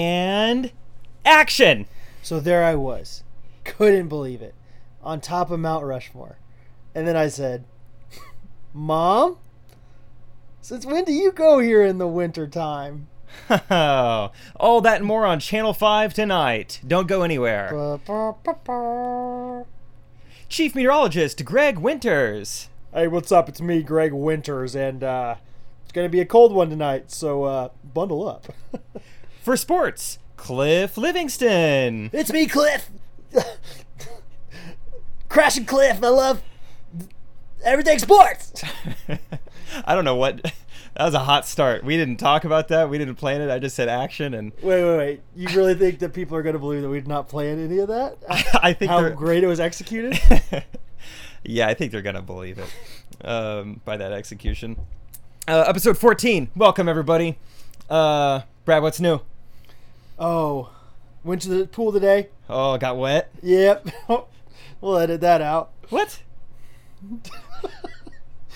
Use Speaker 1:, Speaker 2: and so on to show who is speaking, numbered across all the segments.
Speaker 1: and action.
Speaker 2: So there I was. Couldn't believe it. On top of Mount Rushmore. And then I said, Mom, since when do you go here in the wintertime?
Speaker 1: All that and more on Channel 5 tonight. Don't go anywhere.
Speaker 2: Hey,
Speaker 1: Chief Meteorologist Greg Winters.
Speaker 2: what's up? It's me, Greg Winters, and uh, it's going to be a cold one tonight, so uh, bundle up.
Speaker 1: For sports, Cliff Livingston.
Speaker 2: it's me, Cliff! Crashing Cliff, I love everything sports!
Speaker 1: I don't know what. That was a hot start. We didn't talk about that. We didn't plan it. I just said action, and
Speaker 2: Wait, wait, wait. You really think that people are going to believe that we did not plan any of that?
Speaker 1: I think
Speaker 2: How
Speaker 1: they're-
Speaker 2: great it was executed?
Speaker 1: yeah, I think they're gonna believe it um, by that execution. Uh, episode 14. Welcome everybody. Uh, Brad, what's new?
Speaker 2: oh, went to the pool today.
Speaker 1: Oh, got wet.
Speaker 2: Yep. we'll edit that out.
Speaker 1: What?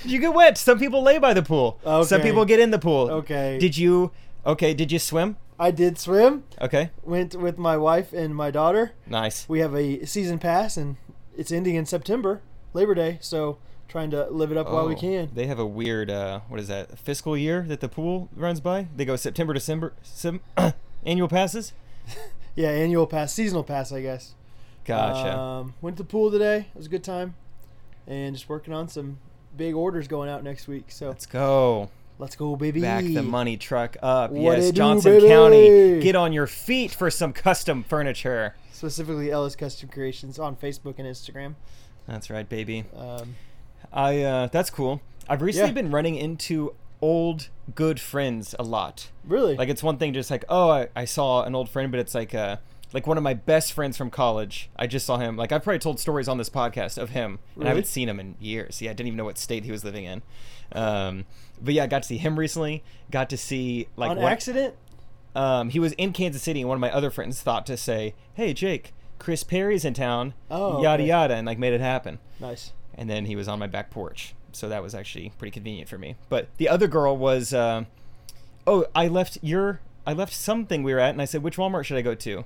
Speaker 1: you get wet. Some people lay by the pool. Some
Speaker 2: Okay.
Speaker 1: people get in the pool.
Speaker 2: Okay.
Speaker 1: Did you? Okay. Did you swim?
Speaker 2: I did swim.
Speaker 1: Okay.
Speaker 2: Went with my wife and my daughter.
Speaker 1: Nice.
Speaker 2: We have a season pass, and it's ending in September, Labor Day. So trying to live it up while we
Speaker 1: Oh,
Speaker 2: can.
Speaker 1: They have a weird uh, what is that fiscal year that the pool runs by? They go September, December, sim- annual passes.
Speaker 2: yeah, annual pass, seasonal pass, I guess.
Speaker 1: Gotcha.
Speaker 2: Um, went to the pool today. It was a good time, and just working on some big orders going out next week. So
Speaker 1: Let's go.
Speaker 2: let's go, baby.
Speaker 1: Back the money truck up.
Speaker 2: What
Speaker 1: yes,
Speaker 2: it do,
Speaker 1: Johnson
Speaker 2: baby?
Speaker 1: County. Get on your feet for some custom furniture.
Speaker 2: Specifically, Ellis Custom Creations on Facebook and Instagram.
Speaker 1: That's right, baby.
Speaker 2: Um,
Speaker 1: I uh, that's cool. I've recently
Speaker 2: Yeah.
Speaker 1: been running into old good friends a lot.
Speaker 2: really?
Speaker 1: Like it's one thing just like, oh, I, I saw an old friend, but it's like uh like one of my best friends from college. I just saw him. Like I've probably told stories on this podcast of him, and I
Speaker 2: Really?
Speaker 1: haven't seen him in years. Yeah, I didn't even know what state he was living in. Um, but yeah, I got to see him recently. Got to see like
Speaker 2: on
Speaker 1: one-
Speaker 2: accident?
Speaker 1: um, he was in Kansas City, and one of my other friends thought to say, "Hey, Jake, Chris Perry's in town."
Speaker 2: Oh,
Speaker 1: yada
Speaker 2: okay.
Speaker 1: yada, and like made it happen.
Speaker 2: Nice.
Speaker 1: And then he was on my back porch, so that was actually pretty convenient for me. But the other girl was, uh, oh, I left your, I left something we were at, and I said, "Which Walmart should I go to?"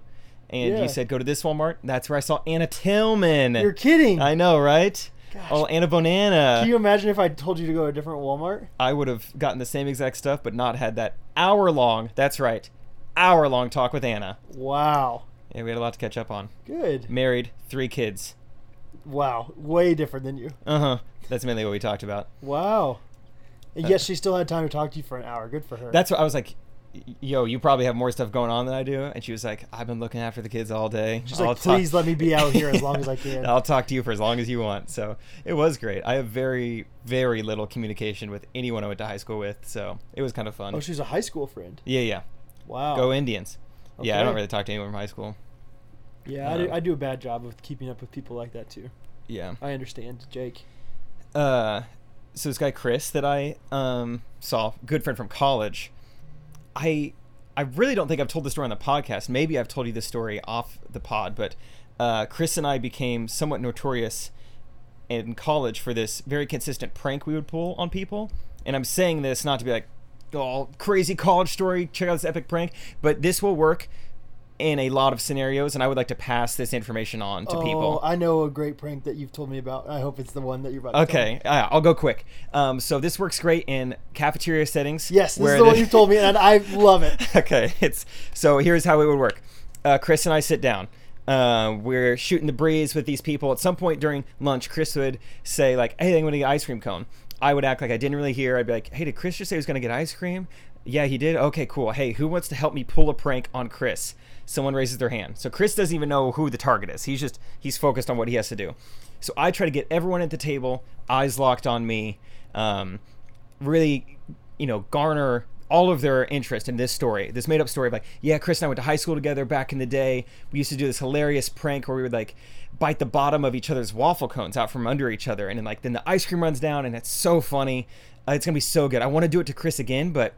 Speaker 1: And
Speaker 2: Yeah.
Speaker 1: you said, "Go to this Walmart." That's where I saw Anna Tillman.
Speaker 2: You're kidding.
Speaker 1: I know, right?
Speaker 2: Gosh.
Speaker 1: Oh, Anna Bonana.
Speaker 2: Can you imagine if I told you to go to a different Walmart?
Speaker 1: I would have gotten the same exact stuff, but not had that hour long. That's right, hour long talk with Anna.
Speaker 2: Wow.
Speaker 1: Yeah, we had a lot to catch up on.
Speaker 2: Good.
Speaker 1: Married, three kids.
Speaker 2: Wow. Way different than you.
Speaker 1: Uh huh. That's mainly what we talked about.
Speaker 2: Wow. And yet she still had time to talk to you for an hour. Good for her.
Speaker 1: Uh. That's what I was like. Yo, you probably have more stuff going on than I do. And she was like, I've been looking after the kids all day.
Speaker 2: She's like, "Please let me be out here as long as I can."
Speaker 1: I'll talk to you for as long as you want. So it was great. I have very, very little communication with anyone I went to high school with. So it was kind of fun.
Speaker 2: oh, she's a high school friend.
Speaker 1: yeah, yeah.
Speaker 2: Wow.
Speaker 1: Go Indians. Yeah, I don't
Speaker 2: Okay.
Speaker 1: really talk to anyone from high school.
Speaker 2: Yeah, I do, I do a bad job of keeping up with people like that too.
Speaker 1: Yeah.
Speaker 2: I understand, Jake.
Speaker 1: uh, so this guy Chris that I um, saw, good friend from college. I I really don't think I've told this story on the podcast. Maybe I've told you this story off the pod, but uh, Chris and I became somewhat notorious in college for this very consistent prank we would pull on people. And I'm saying this not to be like, oh, crazy college story, check out this epic prank, but this will work in a lot of scenarios, and I would like to pass this information on to
Speaker 2: oh,
Speaker 1: people.
Speaker 2: I know a great prank that you've told me about. I hope it's the one that you're about to tell me.
Speaker 1: Okay, uh, I'll go quick. Um, so this works great in cafeteria settings.
Speaker 2: Yes, this
Speaker 1: where
Speaker 2: is the one you told me, and I love it.
Speaker 1: okay, it's so here's how it would work. Uh, Chris and I sit down. Uh, we're shooting the breeze with these people. At some point during lunch, Chris would say like, "Hey, I'm gonna get an ice cream cone." I would act like I didn't really hear. I'd be like, "Hey, did Chris just say he was gonna get ice cream?" Yeah, he did. Okay, cool. Hey, who wants to help me pull a prank on Chris? Someone raises their hand. So Chris doesn't even know who the target is. He's just he's focused on what he has to do. So I try to get everyone at the table, eyes locked on me. Um, really, you know, garner all of their interest in this story, this made up story of like, yeah, Chris and I went to high school together back in the day. We used to do this hilarious prank where we would like bite the bottom of each other's waffle cones out from under each other. And then like, then the ice cream runs down and it's so funny. Uh, it's going to be so good. I want to do it to Chris again, but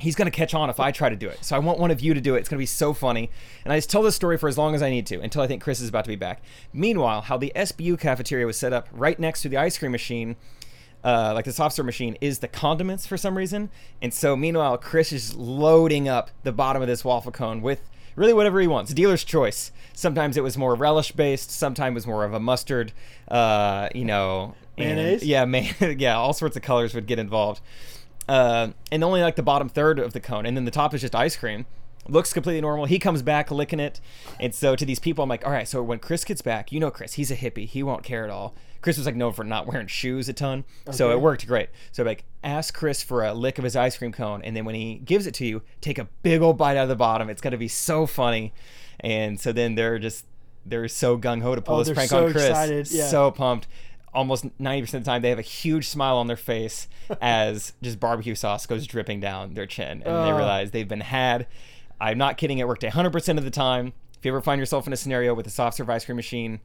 Speaker 1: he's going to catch on if I try to do it. So I want one of you to do it. It's going to be so funny. And I just tell this story for as long as I need to until I think Chris is about to be back. Meanwhile, how the SBU cafeteria was set up right next to the ice cream machine uh, like the soft serve machine is the condiments for some reason. And so meanwhile, Chris is loading up the bottom of this waffle cone with really whatever he wants. Dealer's choice. Sometimes it was more relish based. Sometimes it was more of a mustard. Uh, you know, and-
Speaker 2: Mayonnaise?
Speaker 1: yeah, man, yeah, all sorts of colors would get involved. Uh, and only like the bottom third of the cone, and then the top is just ice cream. Looks completely normal. He comes back licking it, and so to these people, I'm like, all right. So when Chris gets back, you know, Chris, he's a hippie. He won't care at all. Chris was like known for not wearing shoes a ton, so it worked great. So like, ask Chris for a lick of his ice cream cone, and then when he gives it to you, take a big old bite out of the bottom. It's gonna be so funny, and so then they're just they're so gung ho to pull
Speaker 2: Oh,
Speaker 1: this
Speaker 2: they're
Speaker 1: prank
Speaker 2: so
Speaker 1: on Chris.
Speaker 2: excited, yeah.
Speaker 1: So pumped. Almost 90% of the time, they have a huge smile on their face as just barbecue sauce goes dripping down their chin. And they
Speaker 2: Oh.
Speaker 1: realize they've been had. I'm not kidding. It worked 100% of the time. If you ever find yourself in a scenario with a soft serve ice cream machine,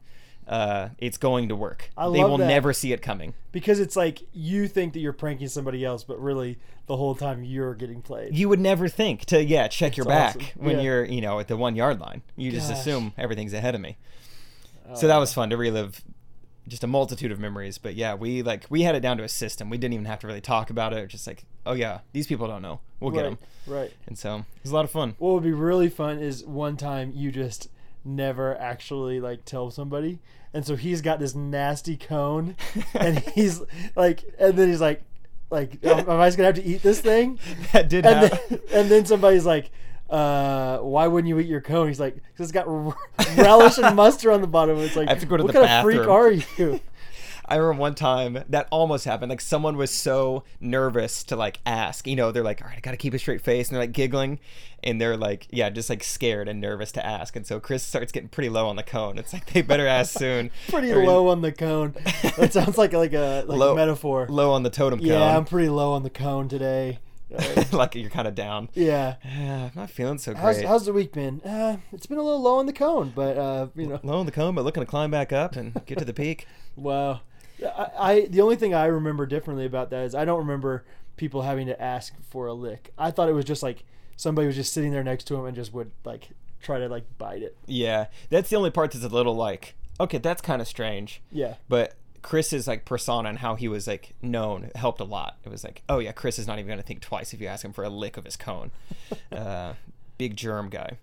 Speaker 1: uh, it's going to work.
Speaker 2: I
Speaker 1: they
Speaker 2: love
Speaker 1: will
Speaker 2: that.
Speaker 1: never see it coming.
Speaker 2: because it's like you think that you're pranking somebody else, but really the whole time you're getting played.
Speaker 1: You would never think to, yeah, check your back
Speaker 2: awesome.
Speaker 1: when
Speaker 2: Yeah.
Speaker 1: you're, you know, at the one yard line. You just
Speaker 2: Gosh. Oh,
Speaker 1: assume everything's ahead of me. so that was fun to relive just a multitude of memories but yeah we like we had it down to a system we didn't even have to really talk about it It was just like oh yeah these people don't know we'll get 'em.
Speaker 2: right,
Speaker 1: get them
Speaker 2: right.
Speaker 1: and so it was a lot of fun
Speaker 2: What would be really fun is one time you just never actually like tell somebody, and so he's got this nasty cone, and he's like, and then he's like, like, am am I just gonna have to eat this thing?
Speaker 1: that did
Speaker 2: and
Speaker 1: happen
Speaker 2: then, and then somebody's like, uh, why wouldn't you eat your cone? He's like, because it's got r- relish and mustard on the bottom. It's like,
Speaker 1: I have to go to
Speaker 2: what
Speaker 1: the
Speaker 2: kind of freak
Speaker 1: bathroom."
Speaker 2: are you?
Speaker 1: I remember one time that almost happened. Like someone was so nervous to like ask. You know, they're like, "All right, I gotta keep a straight face," and they're like giggling, and they're like, "Yeah, just like scared and nervous to ask." And so Chris starts getting pretty low on the cone. It's like they better ask soon.
Speaker 2: Pretty
Speaker 1: Or he's
Speaker 2: low on the cone. That sounds like like a like
Speaker 1: Low-
Speaker 2: a metaphor.
Speaker 1: Low on the totem cone.
Speaker 2: yeah, I'm pretty low on the cone today. Uh,
Speaker 1: like you're kind of down.
Speaker 2: yeah.
Speaker 1: "Ah, I'm not feeling so great.
Speaker 2: How's, how's the week been? Uh, it's been a little low on the cone, but uh, you know,
Speaker 1: low in the cone, but looking to climb back up and get to the peak.
Speaker 2: wow. I, I the only thing I remember differently about that is I don't remember people having to ask for a lick. I thought it was just like somebody was just sitting there next to him and just would like try to like bite it.
Speaker 1: Yeah, that's the only part that's a little like, okay, that's kind of strange.
Speaker 2: Yeah,
Speaker 1: But Chris's like persona and how he was like known helped a lot. It was like, oh yeah, Chris is not even going to think twice if you ask him for a lick of his cone. uh, big germ guy.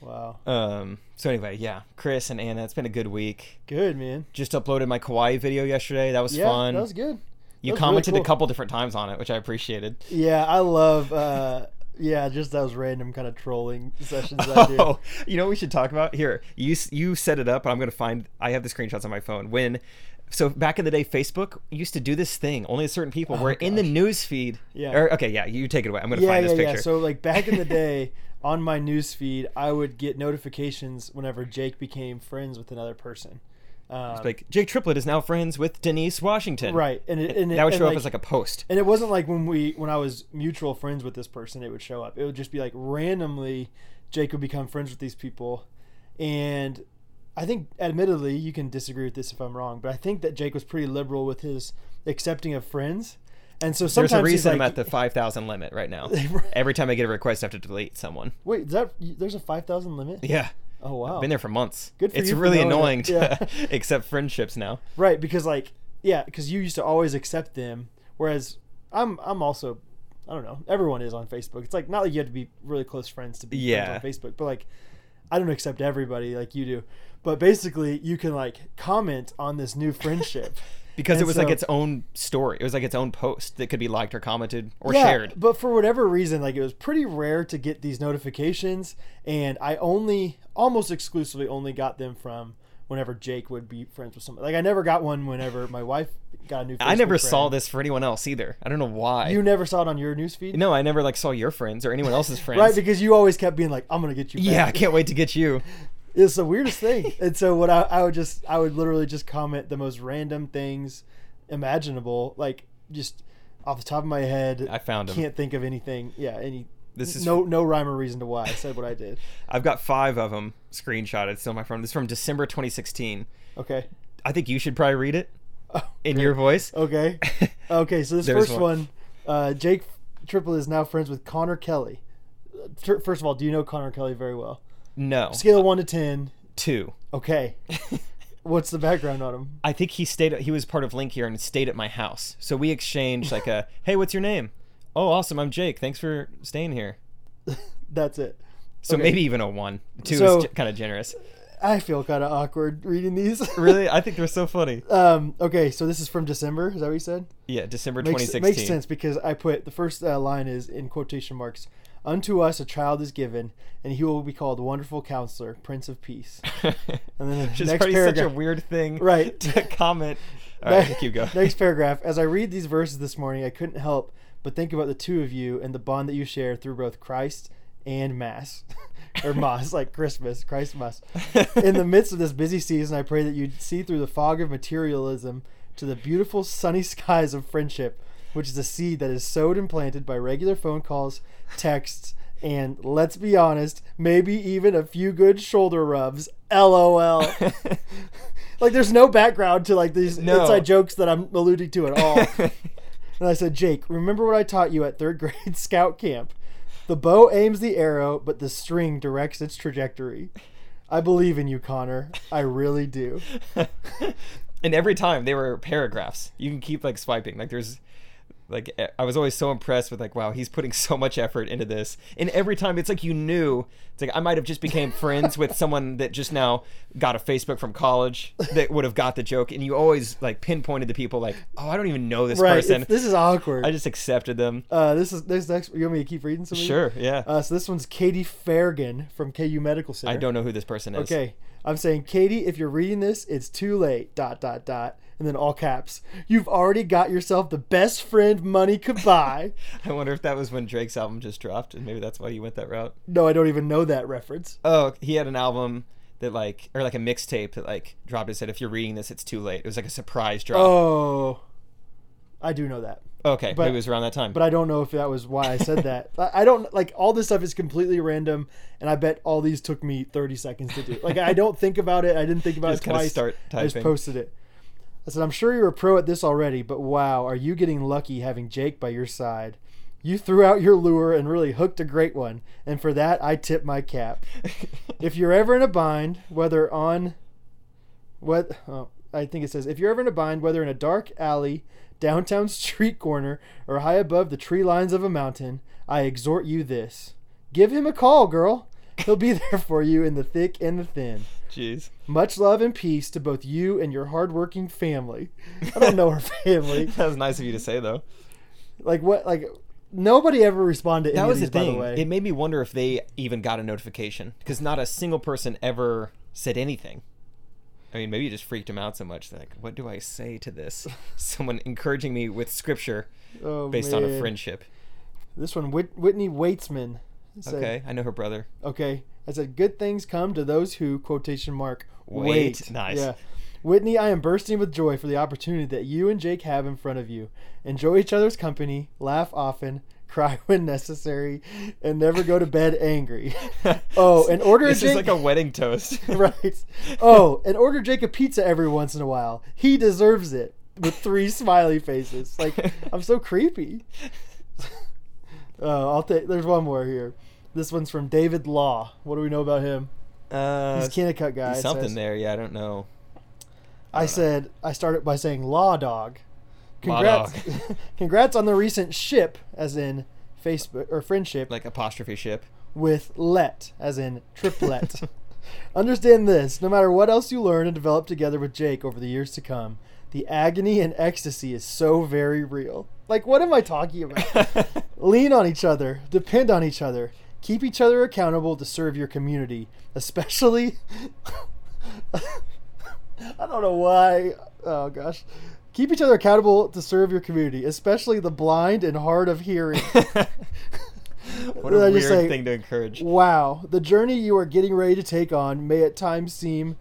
Speaker 2: wow,
Speaker 1: Um, so anyway, yeah, Chris and Anna, it's been a good week.
Speaker 2: good man.
Speaker 1: Just uploaded my Kauai video yesterday. That was
Speaker 2: Yeah,
Speaker 1: fun.
Speaker 2: that was good.
Speaker 1: you
Speaker 2: that was really
Speaker 1: commented
Speaker 2: cool.
Speaker 1: a couple different times on it, which I appreciated.
Speaker 2: Yeah, I love. Uh, yeah, just those random kind of trolling sessions I do.
Speaker 1: Oh, you know what we should talk about here. You s- you set it up, and I'm gonna find. I have the screenshots on my phone. When, so back in the day, Facebook used to do this thing only to certain people. where in the news feed.
Speaker 2: Oh Yeah.
Speaker 1: Or, okay, yeah, you take it away. I'm gonna
Speaker 2: yeah,
Speaker 1: find
Speaker 2: yeah,
Speaker 1: this
Speaker 2: yeah.
Speaker 1: picture.
Speaker 2: So like back in the day, on my news feed, I would get notifications whenever Jake became friends with another person. Um,
Speaker 1: like Jake Triplett is now friends with Denise Washington.
Speaker 2: right, and it, and it,
Speaker 1: That would
Speaker 2: and,
Speaker 1: show
Speaker 2: like-
Speaker 1: up as like a post.
Speaker 2: and it wasn't like when we when I was mutual friends with this person, it would show up. It would just be like randomly, Jake would become friends with these people, and I think, admittedly, you can disagree with this if I'm wrong, but I think that Jake was pretty liberal with his accepting of friends, and so sometimes
Speaker 1: There's a
Speaker 2: he's
Speaker 1: reason I'm
Speaker 2: like,
Speaker 1: at the 5,000 limit right now.
Speaker 2: Right.
Speaker 1: Every time I get a request, I have to delete someone.
Speaker 2: wait, is that there's a five thousand limit?
Speaker 1: Yeah.
Speaker 2: Oh wow,
Speaker 1: Been there for months.
Speaker 2: Good for
Speaker 1: it's
Speaker 2: you for
Speaker 1: really
Speaker 2: knowing
Speaker 1: annoying
Speaker 2: it.
Speaker 1: to accept friendships now.
Speaker 2: Right, because like yeah, because you used to always accept them, whereas I'm I'm also I don't know everyone is on Facebook. It's like not like you have to be really close friends to be
Speaker 1: Yeah.
Speaker 2: friends on Facebook, but like I don't accept everybody like you do. But basically, you can like comment on this new friendship.
Speaker 1: Because it
Speaker 2: And
Speaker 1: was like
Speaker 2: so-
Speaker 1: its own story. It was like its own post that could be liked or commented or
Speaker 2: Yeah,
Speaker 1: shared.
Speaker 2: But for whatever reason, like it was pretty rare to get these notifications, and I only almost exclusively only got them from whenever Jake would be friends with somebody. Like I never got one whenever my wife got a new. Facebook
Speaker 1: I never
Speaker 2: friend.
Speaker 1: saw this for anyone else either. I don't know why.
Speaker 2: You never saw it on your newsfeed,
Speaker 1: no, I never like saw your friends or anyone else's friends.
Speaker 2: right? Because you always kept being like, "I'm gonna get you."
Speaker 1: yeah, I
Speaker 2: back."
Speaker 1: can't wait to get you.
Speaker 2: it's the weirdest thing. and so what I, I would just, I would literally just comment the most random things imaginable, like just off the top of my head.
Speaker 1: I found 'em.
Speaker 2: Can't think of anything. Yeah, any.
Speaker 1: This is-
Speaker 2: no no rhyme or reason to why I said what I did.
Speaker 1: I've got five of them screenshotted still on my phone. This is from December 2016.
Speaker 2: Okay.
Speaker 1: I think you should probably read it
Speaker 2: Oh,
Speaker 1: in your voice.
Speaker 2: okay. Okay. So this
Speaker 1: There's
Speaker 2: first
Speaker 1: one.
Speaker 2: one, uh, Jake Triple is now friends with Connor Kelly. Uh, tr- First of all, do you know Connor Kelly very well?
Speaker 1: No.
Speaker 2: Scale of one to ten.
Speaker 1: Two.
Speaker 2: Okay. What's the background on him?
Speaker 1: I think he stayed. He was part of Link here and stayed at my house. So we exchanged like a, "Hey, what's your name? Oh, awesome. I'm Jake. Thanks for staying here."
Speaker 2: That's it.
Speaker 1: So
Speaker 2: Okay.
Speaker 1: maybe even a one. Two
Speaker 2: So-
Speaker 1: is kind of generous.
Speaker 2: I feel kind of awkward reading these.
Speaker 1: Really, I think they're so funny.
Speaker 2: Um, okay, so this is from December. Is that what you said?
Speaker 1: Yeah, December
Speaker 2: Makes,
Speaker 1: 2016.
Speaker 2: makes sense because I put the first uh, line is in quotation marks. Unto us a child is given, and he will be called Wonderful Counselor, Prince of Peace. And then the
Speaker 1: Which is
Speaker 2: next
Speaker 1: probably such a
Speaker 2: paragraph-
Speaker 1: weird thing,
Speaker 2: Right.
Speaker 1: To comment. All right, keep going.
Speaker 2: Next paragraph. As I read these verses this morning, I couldn't help but think about the two of you and the bond that you share through both Christ and Mass. or Mass, like Christmas, Christ Mass. In the midst of this busy season, I pray that you see through the fog of materialism to the beautiful sunny skies of friendship, which is a seed that is sowed and planted by regular phone calls, texts, and let's be honest, maybe even a few good shoulder rubs. LOL. like there's no background to like these
Speaker 1: No.
Speaker 2: inside jokes that I'm alluding to at all. and I said, Jake, remember what I taught you at third grade scout camp? The bow aims the arrow, but the string directs its trajectory. I believe in you, Connor. I really do.
Speaker 1: and every time they were paragraphs. You can keep like swiping. Like there's like e- I was always so impressed with like wow, he's putting so much effort into this. And every time it's like you knew it's like I might have just became friends with someone that just now got a Facebook from college that would have got the joke and you always like pinpointed the people like, "Oh, I don't even know this
Speaker 2: Right.
Speaker 1: person."
Speaker 2: it's- This is awkward.
Speaker 1: I just accepted them.
Speaker 2: uh, this is this next. You want me to keep reading some? of these?
Speaker 1: Sure, yeah.
Speaker 2: Uh, so this one's Katie Fargan from KU Medical Center.
Speaker 1: I don't know who this person is.
Speaker 2: Okay. I'm saying, Katie, if you're reading this, it's too late. Dot dot dot. And then all caps. You've already got yourself the best friend money could buy.
Speaker 1: I wonder if that was when Drake's album just dropped and maybe that's why you went that route.
Speaker 2: no, I don't even know that reference.
Speaker 1: Oh, he had an album that like or like a mixtape that like dropped and said if you're reading this it's too late. It was like a surprise drop.
Speaker 2: Oh, I do know that,
Speaker 1: okay,
Speaker 2: Oh, but-
Speaker 1: maybe it was around that time.
Speaker 2: but I don't know if that was why I said that. I I don't like all this stuff is completely random, and I bet all these took me 30 seconds to do. Like I don't think about it. I didn't think about
Speaker 1: Just
Speaker 2: it
Speaker 1: kinda
Speaker 2: twice.
Speaker 1: start
Speaker 2: I just
Speaker 1: typing.
Speaker 2: posted it. I said, I'm sure you're a pro at this already, but wow, are you getting lucky having Jake by your side? You threw out your lure and really hooked a great one, and for that I tip my cap. if you're ever in a bind, whether on what oh, I think it says, if you're ever in a bind, whether in a dark alley, downtown street corner, or high above the tree lines of a mountain, I exhort you this: give him a call, girl. He'll be there for you in the thick and the thin.
Speaker 1: Jeez.
Speaker 2: Much love and peace to both you and your hardworking family. I don't know her family.
Speaker 1: That was nice of you to say though.
Speaker 2: Like what? Like nobody ever responded. To
Speaker 1: That
Speaker 2: any
Speaker 1: was
Speaker 2: of
Speaker 1: the
Speaker 2: these, By
Speaker 1: thing.
Speaker 2: the way.
Speaker 1: it made me wonder if they even got a notification because not a single person ever said anything. I mean, maybe it just freaked him out so much. Like, what do I say to this? Someone encouraging me with scripture
Speaker 2: Oh,
Speaker 1: based on a
Speaker 2: man.
Speaker 1: friendship.
Speaker 2: This one, Whit- Whitney Waitsman. Said,
Speaker 1: Okay, I know her brother.
Speaker 2: Okay. I said, good things come to those who, quotation mark, wait.
Speaker 1: Wait. Nice.
Speaker 2: Yeah. Whitney, I am bursting with joy for the opportunity that you and Jake have in front of you. Enjoy each other's company, laugh often, cry when necessary, and never go to bed angry. Oh, and order a
Speaker 1: This is
Speaker 2: drink-
Speaker 1: like a wedding toast.
Speaker 2: right. Oh, and order Jake a pizza every once in a while. He deserves it. With three smiley faces. Like, I'm so creepy. Uh, I'll take. There's one more here. This one's from David Law. What do we know about him?
Speaker 1: Uh,
Speaker 2: He's a Kennecott guy. it
Speaker 1: something
Speaker 2: says.
Speaker 1: there. Yeah, I don't know.
Speaker 2: I said I started by saying Law Dog.
Speaker 1: Uh, Law
Speaker 2: Congrats,
Speaker 1: dog.
Speaker 2: congrats on the recent ship, as in Facebook or friendship,
Speaker 1: Like apostrophe ship.
Speaker 2: with let, as in triplet. Understand this no matter what else you learn and develop together with Jake over the years to come, the agony and ecstasy is so very real. Like, what am I talking about? Lean on each other, depend on each other, keep each other accountable to serve your community, especially. I don't know why. Oh, gosh. Keep each other accountable to serve your community, especially the blind and hard of hearing.
Speaker 1: what a
Speaker 2: I
Speaker 1: weird
Speaker 2: just say-
Speaker 1: thing to encourage.
Speaker 2: Wow, the journey you are getting ready to take on may at times seem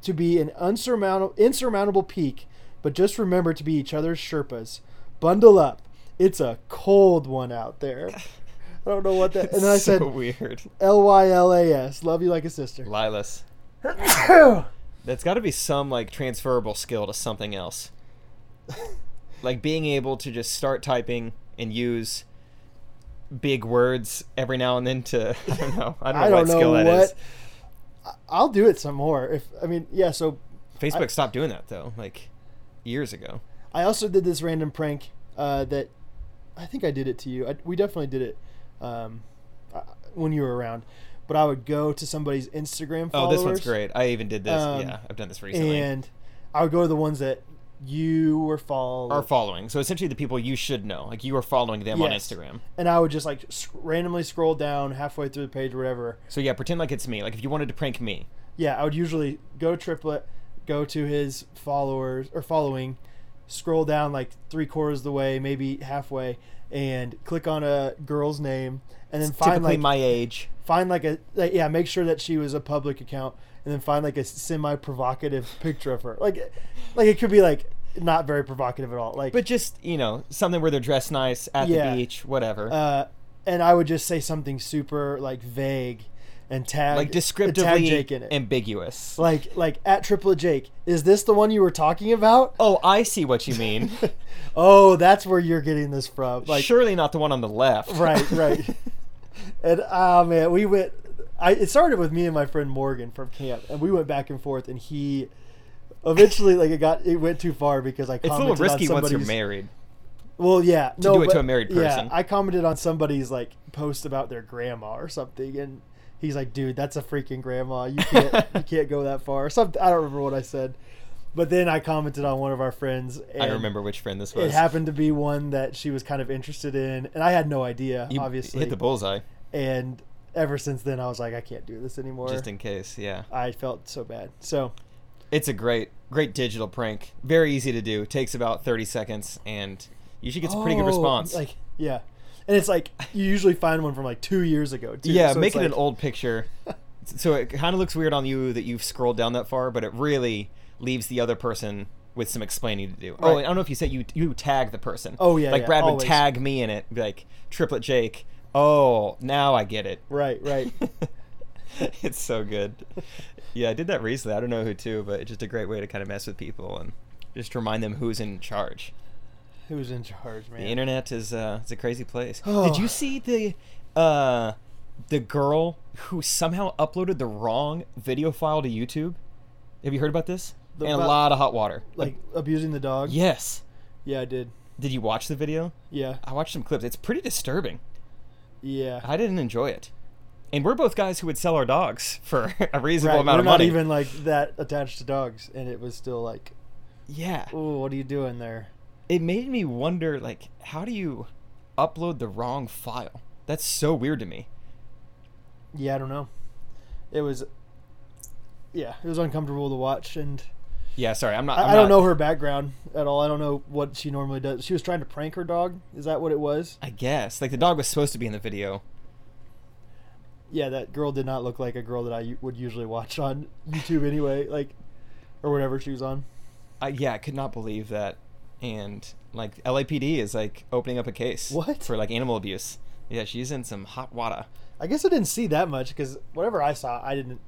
Speaker 2: to be an unsurmountable, insurmountable peak, but just remember to be each other's Sherpas. Bundle up. It's a cold one out there. I don't know what that. And then I
Speaker 1: so
Speaker 2: said, uh,
Speaker 1: weird.
Speaker 2: L Y L A S, love you like a sister.
Speaker 1: Lilas. That's got to be some like transferable skill to something else. like being able to just start typing and use big words every now and then to I don't know. I don't know
Speaker 2: I
Speaker 1: what
Speaker 2: don't know
Speaker 1: skill that
Speaker 2: what-
Speaker 1: is.
Speaker 2: I- I'll do it some more. If I mean, yeah. So
Speaker 1: Facebook stopped doing that though, like years ago.
Speaker 2: I also did this random prank uh, that I think I did it to you. I, we definitely did it um, uh, when you were around. But I would go to somebody's Instagram
Speaker 1: Oh,
Speaker 2: followers.
Speaker 1: this one's great. I even did this.
Speaker 2: Um,
Speaker 1: yeah, I've done this recently.
Speaker 2: And I would go to the ones that you were following.
Speaker 1: are following. So essentially, the people you should know. Like you are following them on
Speaker 2: Yes.
Speaker 1: Instagram.
Speaker 2: and I would just like sc- randomly scroll down halfway through the page or whatever.
Speaker 1: So yeah, pretend like it's me. Like if you wanted to prank me,
Speaker 2: Yeah, I would usually go to Triplet, go to his followers or following, scroll down like three quarters of the way, maybe halfway, and click on a girl's name, and then find
Speaker 1: typically
Speaker 2: like
Speaker 1: my age.
Speaker 2: find like a like, yeah, make sure that she was a public account, and then find like a semi provocative picture of her. Like, like it could be like not very provocative at all. Like,
Speaker 1: But just you know something where they're dressed nice at
Speaker 2: Yeah.
Speaker 1: the beach, whatever.
Speaker 2: uh, and I would just say something super like vague and tag
Speaker 1: like
Speaker 2: tag
Speaker 1: descriptively
Speaker 2: Jake in it.
Speaker 1: ambiguous.
Speaker 2: like like at Triplet Jake, is this the one you were talking about?
Speaker 1: oh, I see what you mean.
Speaker 2: Oh, that's where you're getting this from. Like
Speaker 1: Surely not the one on the left.
Speaker 2: right, right. and oh man, we went. I it started with me and my friend Morgan from camp, and we went back and forth, and he. Eventually, like it got, it went too far because I
Speaker 1: it's a
Speaker 2: commented
Speaker 1: little risky
Speaker 2: on
Speaker 1: once
Speaker 2: somebody's.
Speaker 1: you're married.
Speaker 2: Well, yeah, to
Speaker 1: do it to a married person.
Speaker 2: Yeah, I commented on somebody's like post about their grandma or something, and he's like, "Dude, that's a freaking grandma. You can't, you can't go that far." Or something. I don't remember what I said, but then I commented on one of our friends. And
Speaker 1: I remember which friend this was.
Speaker 2: It happened to be one that she was kind of interested in, and I had no idea,
Speaker 1: You
Speaker 2: obviously.
Speaker 1: hit the bullseye,
Speaker 2: And ever since then, I was like, I can't do this anymore.
Speaker 1: just in case. Yeah,
Speaker 2: I felt so bad. So
Speaker 1: it's a great, great digital prank. Very easy to do. Takes about thirty seconds, and usually gets a pretty good
Speaker 2: Oh,
Speaker 1: response.
Speaker 2: Like, yeah, and it's like you usually find one from like two years ago. Too,
Speaker 1: Yeah,
Speaker 2: So
Speaker 1: make
Speaker 2: it's
Speaker 1: it
Speaker 2: like-
Speaker 1: an old picture. so it kind of looks weird on you that you've scrolled down that far, but it really leaves the other person with some explaining to do. Oh,
Speaker 2: Right.
Speaker 1: I don't know if you said you you tag the person.
Speaker 2: Oh, yeah,
Speaker 1: like
Speaker 2: yeah,
Speaker 1: Brad would
Speaker 2: always.
Speaker 1: tag me in it, be like triplet Jake. Oh, now I get it.
Speaker 2: Right, right.
Speaker 1: it's so good. Yeah, I did that recently. I don't know who to, but it's just a great way to kind of mess with people and just remind them who's in charge.
Speaker 2: Who's in charge, man?
Speaker 1: The internet is uh, it's a crazy place.
Speaker 2: Oh.
Speaker 1: Did you see the uh, the girl who somehow uploaded the wrong video file to YouTube? Have you heard about this?
Speaker 2: The-
Speaker 1: and a
Speaker 2: about-
Speaker 1: lot of hot water.
Speaker 2: Like abusing the dog.
Speaker 1: yes.
Speaker 2: Yeah, I did.
Speaker 1: Did you watch the video?
Speaker 2: Yeah,
Speaker 1: I watched some clips. It's pretty disturbing.
Speaker 2: yeah.
Speaker 1: I didn't enjoy it. And we're both guys who would sell our dogs for a reasonable
Speaker 2: Right,
Speaker 1: amount
Speaker 2: we're
Speaker 1: of money.
Speaker 2: not even like that attached to dogs, and it was still like,
Speaker 1: yeah.
Speaker 2: oh, what are you doing there?
Speaker 1: It made me wonder like how do you upload the wrong file? That's so weird to me.
Speaker 2: Yeah, I don't know. It was. Yeah, it was uncomfortable to watch, and
Speaker 1: Yeah, sorry. I'm not
Speaker 2: I,
Speaker 1: I'm
Speaker 2: I don't
Speaker 1: not-
Speaker 2: know her background at all. I don't know what she normally does. She was trying to prank her dog. Is that what it was?
Speaker 1: I guess. Like the dog was supposed to be in the video.
Speaker 2: Yeah, that girl did not look like a girl that I u- would usually watch on YouTube anyway, like, or whatever she was on.
Speaker 1: I, yeah, I could not believe that. And like LAPD is like opening up a case
Speaker 2: What?
Speaker 1: for like animal abuse. Yeah, she's in some hot water.
Speaker 2: I guess I didn't see that much because whatever I saw, I didn't.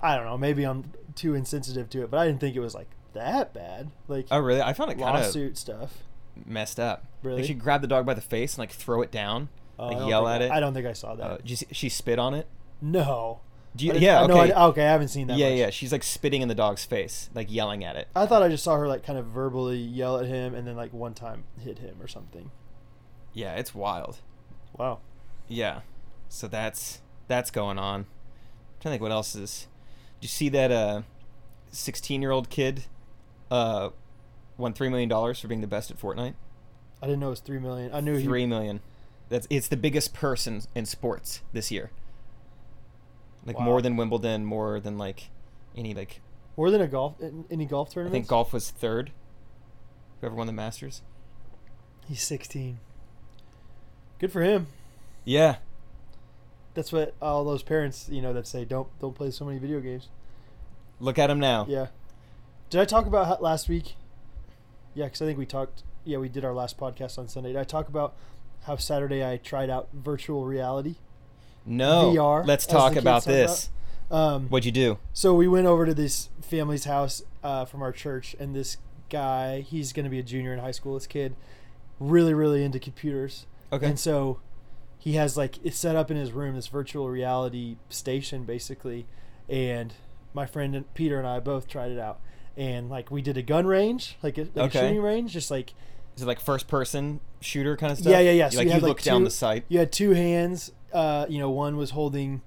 Speaker 2: I don't know. Maybe I'm too insensitive to it, but I didn't think it was like that bad. Like
Speaker 1: Oh really? I found it kind of
Speaker 2: lawsuit stuff.
Speaker 1: messed up.
Speaker 2: Really?
Speaker 1: Like she grabbed the dog by the face and like throw it down,
Speaker 2: Oh, I
Speaker 1: like
Speaker 2: don't
Speaker 1: yell
Speaker 2: think
Speaker 1: at
Speaker 2: I-
Speaker 1: it.
Speaker 2: I don't think I saw that.
Speaker 1: Uh, did you see- she spit on it.
Speaker 2: no.
Speaker 1: Do you,
Speaker 2: I didn't-
Speaker 1: yeah.
Speaker 2: I
Speaker 1: Okay.
Speaker 2: know I- okay. I haven't seen that.
Speaker 1: yeah,
Speaker 2: much. Uh,
Speaker 1: yeah. She's like spitting in the dog's face, like yelling at it.
Speaker 2: I thought I just saw her like kind of verbally yell at him, and then like one time hit him or something.
Speaker 1: Yeah, it's wild.
Speaker 2: Wow.
Speaker 1: Yeah. So that's that's going on. I'm trying to think what else is. Did you see that uh 16-year-old kid uh won 3 million dollars for being the best at Fortnite?
Speaker 2: I didn't know it was three million. I knew
Speaker 1: 3
Speaker 2: he.
Speaker 1: million. That's it's the biggest purse in, in sports this year. Like
Speaker 2: Wow.
Speaker 1: more than Wimbledon, more than like any like
Speaker 2: More than a golf, in- any golf
Speaker 1: I
Speaker 2: tournament.
Speaker 1: think golf was third. Whoever won the Masters.
Speaker 2: He's sixteen. Good for him.
Speaker 1: Yeah.
Speaker 2: That's what all those parents, you know, that say don't don't play so many video games.
Speaker 1: Look at him now.
Speaker 2: Yeah. Did I talk about how, last week? Yeah, because I think we talked. Yeah, we did our last podcast on Sunday. Did I talk about how Saturday I tried out virtual reality?
Speaker 1: No.
Speaker 2: VR,
Speaker 1: Let's
Speaker 2: as the
Speaker 1: talk
Speaker 2: kids
Speaker 1: about
Speaker 2: talk
Speaker 1: this.
Speaker 2: Um,
Speaker 1: What'd you do?
Speaker 2: so we went over to this family's house uh, from our church, and this guy, he's going to be a junior in high school. This kid, really, really into computers.
Speaker 1: Okay.
Speaker 2: And so he has like it's set up in his room, this virtual reality station basically, and my friend and- Peter and I both tried it out, and like we did a gun range, like a, like
Speaker 1: Okay.
Speaker 2: a shooting range, just like
Speaker 1: Is it like first person shooter kind of stuff?
Speaker 2: Yeah, yeah, yeah.
Speaker 1: You,
Speaker 2: So
Speaker 1: like
Speaker 2: you
Speaker 1: you,
Speaker 2: have, like,
Speaker 1: look down
Speaker 2: two-
Speaker 1: the sight.
Speaker 2: you had two hands. Uh, you know, one was holding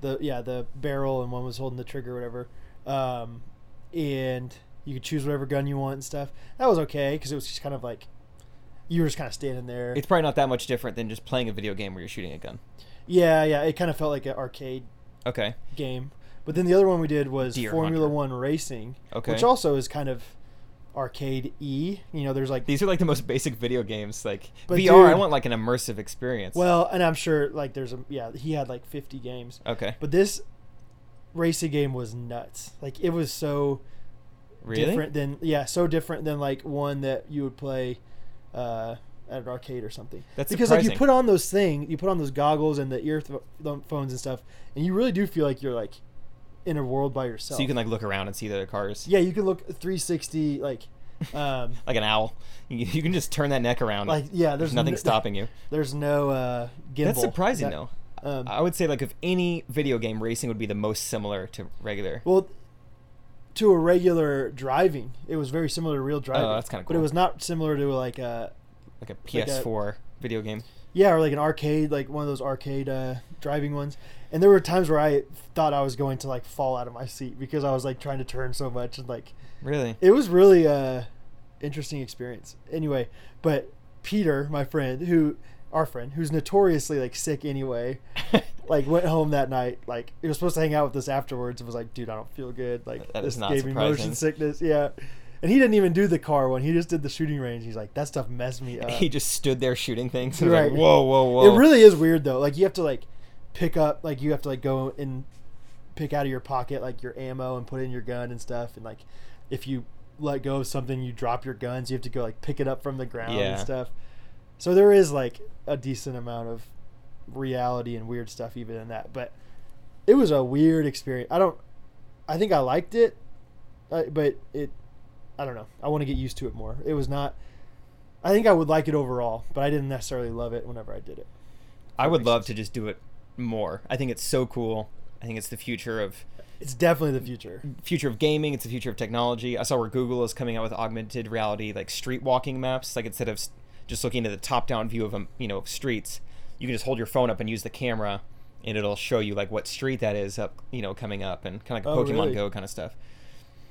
Speaker 2: the yeah the barrel, and one was holding the trigger, or whatever. Um, and you could choose whatever gun you want and stuff. That was okay because it was just kind of like you were just kind of standing there.
Speaker 1: It's probably not that much different than just playing a video game where you're shooting a gun.
Speaker 2: yeah, yeah. It kind of felt like an arcade
Speaker 1: Okay.
Speaker 2: game. But then the other one we did was
Speaker 1: Deer
Speaker 2: Formula
Speaker 1: Hunter.
Speaker 2: One racing,
Speaker 1: Okay.
Speaker 2: which also is kind of arcade e. You know, there's like
Speaker 1: These are like the most basic video games. Like
Speaker 2: But
Speaker 1: VR, I
Speaker 2: dude-
Speaker 1: want like an immersive experience.
Speaker 2: well, and I'm sure like there's a yeah he had like 50 games.
Speaker 1: okay,
Speaker 2: But this racing game was nuts. Like it was so
Speaker 1: really?
Speaker 2: different than yeah, so different than like one that you would play uh, at an arcade or something.
Speaker 1: That's
Speaker 2: because like
Speaker 1: surprising.
Speaker 2: you put on those thing, you put on those goggles and the earphones and stuff, and you really do feel like you're like in a world by yourself.
Speaker 1: So you can like look around and see the other cars.
Speaker 2: yeah, you can look 360 like um,
Speaker 1: Like an owl, you, you can just turn that neck around.
Speaker 2: like yeah. There's
Speaker 1: nothing
Speaker 2: no-
Speaker 1: stopping you.
Speaker 2: There's no uh, gimbal.
Speaker 1: That's surprising
Speaker 2: That-
Speaker 1: though.
Speaker 2: um,
Speaker 1: I would say like if any video game, racing would be the most similar to regular.
Speaker 2: Well, to a regular driving, it was very similar to real driving.
Speaker 1: Oh, that's kinda
Speaker 2: But it
Speaker 1: cool.
Speaker 2: was not similar to like a
Speaker 1: like a PS4 video game.
Speaker 2: yeah or like an arcade, like one of those arcade uh, driving ones. And there were times where I thought I was going to like fall out of my seat because I was like trying to turn so much and like
Speaker 1: Really?
Speaker 2: it was really a interesting experience. Anyway, but Peter, my friend, who our friend, who's notoriously like sick anyway, like went home that night. Like he was supposed to hang out with us afterwards. and was like, dude, I don't feel good. Like
Speaker 1: That is
Speaker 2: this
Speaker 1: not
Speaker 2: gave me
Speaker 1: surprising.
Speaker 2: motion sickness. Yeah, and he didn't even do the car one. He just did the shooting range. He's like, that stuff messed me up.
Speaker 1: he just stood there shooting things.
Speaker 2: You're
Speaker 1: and was like,
Speaker 2: Uh, right.
Speaker 1: whoa, whoa, whoa.
Speaker 2: It really is weird though. Like you have to like pick up. Like you have to like go and pick out of your pocket like your ammo and put it in your gun and stuff. And like if you let go of something, you drop your guns. You have to go like pick it up from the ground
Speaker 1: Yeah.
Speaker 2: and stuff. So there is like a decent amount of reality and weird stuff even in that. But it was a weird experience. I don't. I think I liked it, uh, but it. I don't know. I want to get used to it more. It was not. I think I would like it overall, but I didn't necessarily love it whenever I did it.
Speaker 1: I would
Speaker 2: makes
Speaker 1: love to just do it more. I think it's so cool. I think it's the future of
Speaker 2: It's definitely the future.
Speaker 1: future of gaming. It's the future of technology. I saw where Google is coming out with augmented reality, like street walking maps. Like instead of s- just looking at the top down view of um, you know streets, you can just hold your phone up and use the camera, and it'll show you like what street that is up, you know, coming up, and kind of like
Speaker 2: Oh,
Speaker 1: a Pokemon
Speaker 2: really?
Speaker 1: Go kind of stuff.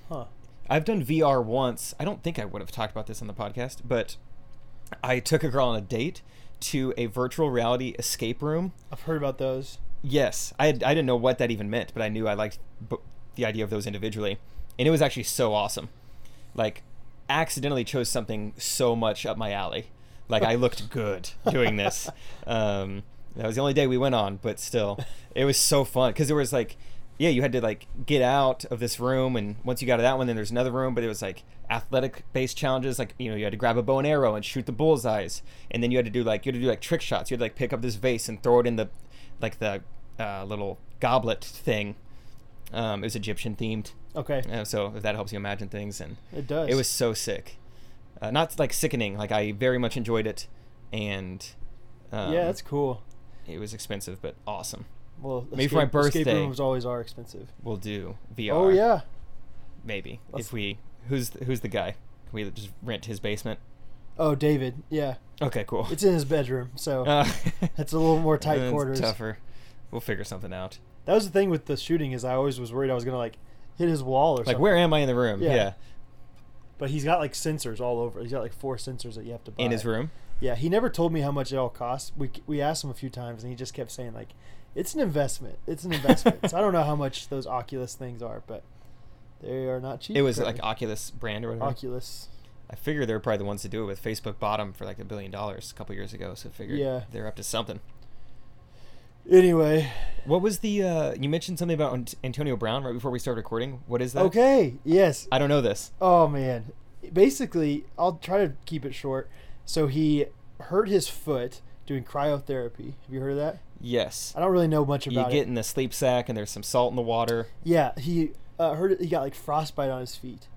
Speaker 2: Huh.
Speaker 1: I've done VR once. I don't think I would have talked about this on the podcast, but I took a girl on a date to a virtual reality escape room.
Speaker 2: I've heard about those.
Speaker 1: Yes, I had, I didn't know what that even meant, but I knew I liked b- the idea of those individually, and it was actually so awesome. Like, accidentally chose something so much up my alley. Like I looked good doing this. Um, that was the only day we went on, but still, it was so fun because there was like, yeah, you had to like get out of this room, and once you got out of that one, then there's another room, but it was like athletic based challenges. Like you know, you had to grab a bow and arrow and shoot the bullseyes, and then you had to do like you had to do like trick shots. You had to like pick up this vase and throw it in the like the uh, little goblet thing. Um, it was Egyptian themed,
Speaker 2: Okay.
Speaker 1: uh, so if that helps you imagine things. And
Speaker 2: It does.
Speaker 1: it was so sick, uh, not like sickening. Like I very much enjoyed it, and um,
Speaker 2: yeah, that's cool.
Speaker 1: It was expensive, but awesome.
Speaker 2: Well,
Speaker 1: maybe for my
Speaker 2: escape- Escape
Speaker 1: birthday.
Speaker 2: rooms always are expensive.
Speaker 1: We'll do VR.
Speaker 2: Oh yeah.
Speaker 1: maybe
Speaker 2: Let's-
Speaker 1: if we who's th- who's the guy? Can we just rent his basement?
Speaker 2: Oh, David. Yeah,
Speaker 1: Okay, cool.
Speaker 2: it's in his bedroom, so
Speaker 1: Uh,
Speaker 2: it's a little more tight
Speaker 1: it's
Speaker 2: quarters.
Speaker 1: Tougher. We'll figure something out.
Speaker 2: That was the thing with the shooting is I always was worried I was gonna like hit his wall or
Speaker 1: Like,
Speaker 2: something.
Speaker 1: where am I in the room?
Speaker 2: Yeah.
Speaker 1: yeah.
Speaker 2: But he's got like sensors all over. He's got like four sensors that you have to buy
Speaker 1: in his room.
Speaker 2: Yeah, he never told me how much it all costs. We we asked him a few times, and he just kept saying like, "It's an investment. It's an investment." so I don't know how much those Oculus things are, but they are not cheap.
Speaker 1: It was like
Speaker 2: currently.
Speaker 1: Oculus brand or whatever.
Speaker 2: Oculus.
Speaker 1: I figure they're probably the ones to do it with Facebook bought 'em for like a billion dollars a couple years ago. So I figured
Speaker 2: Yeah.
Speaker 1: they're up to something.
Speaker 2: Anyway,
Speaker 1: What was the? Uh, you mentioned something about Ant- Antonio Brown right before we started recording. What is that?
Speaker 2: okay, yes.
Speaker 1: I don't know this.
Speaker 2: Oh man. Basically, I'll try to keep it short. So he hurt his foot doing cryotherapy. Have you heard of that?
Speaker 1: Yes.
Speaker 2: I don't really know much
Speaker 1: You
Speaker 2: about
Speaker 1: get
Speaker 2: it.
Speaker 1: in the sleep sack and there's some salt in the water.
Speaker 2: Yeah, he uh, heard he got like frostbite on his feet,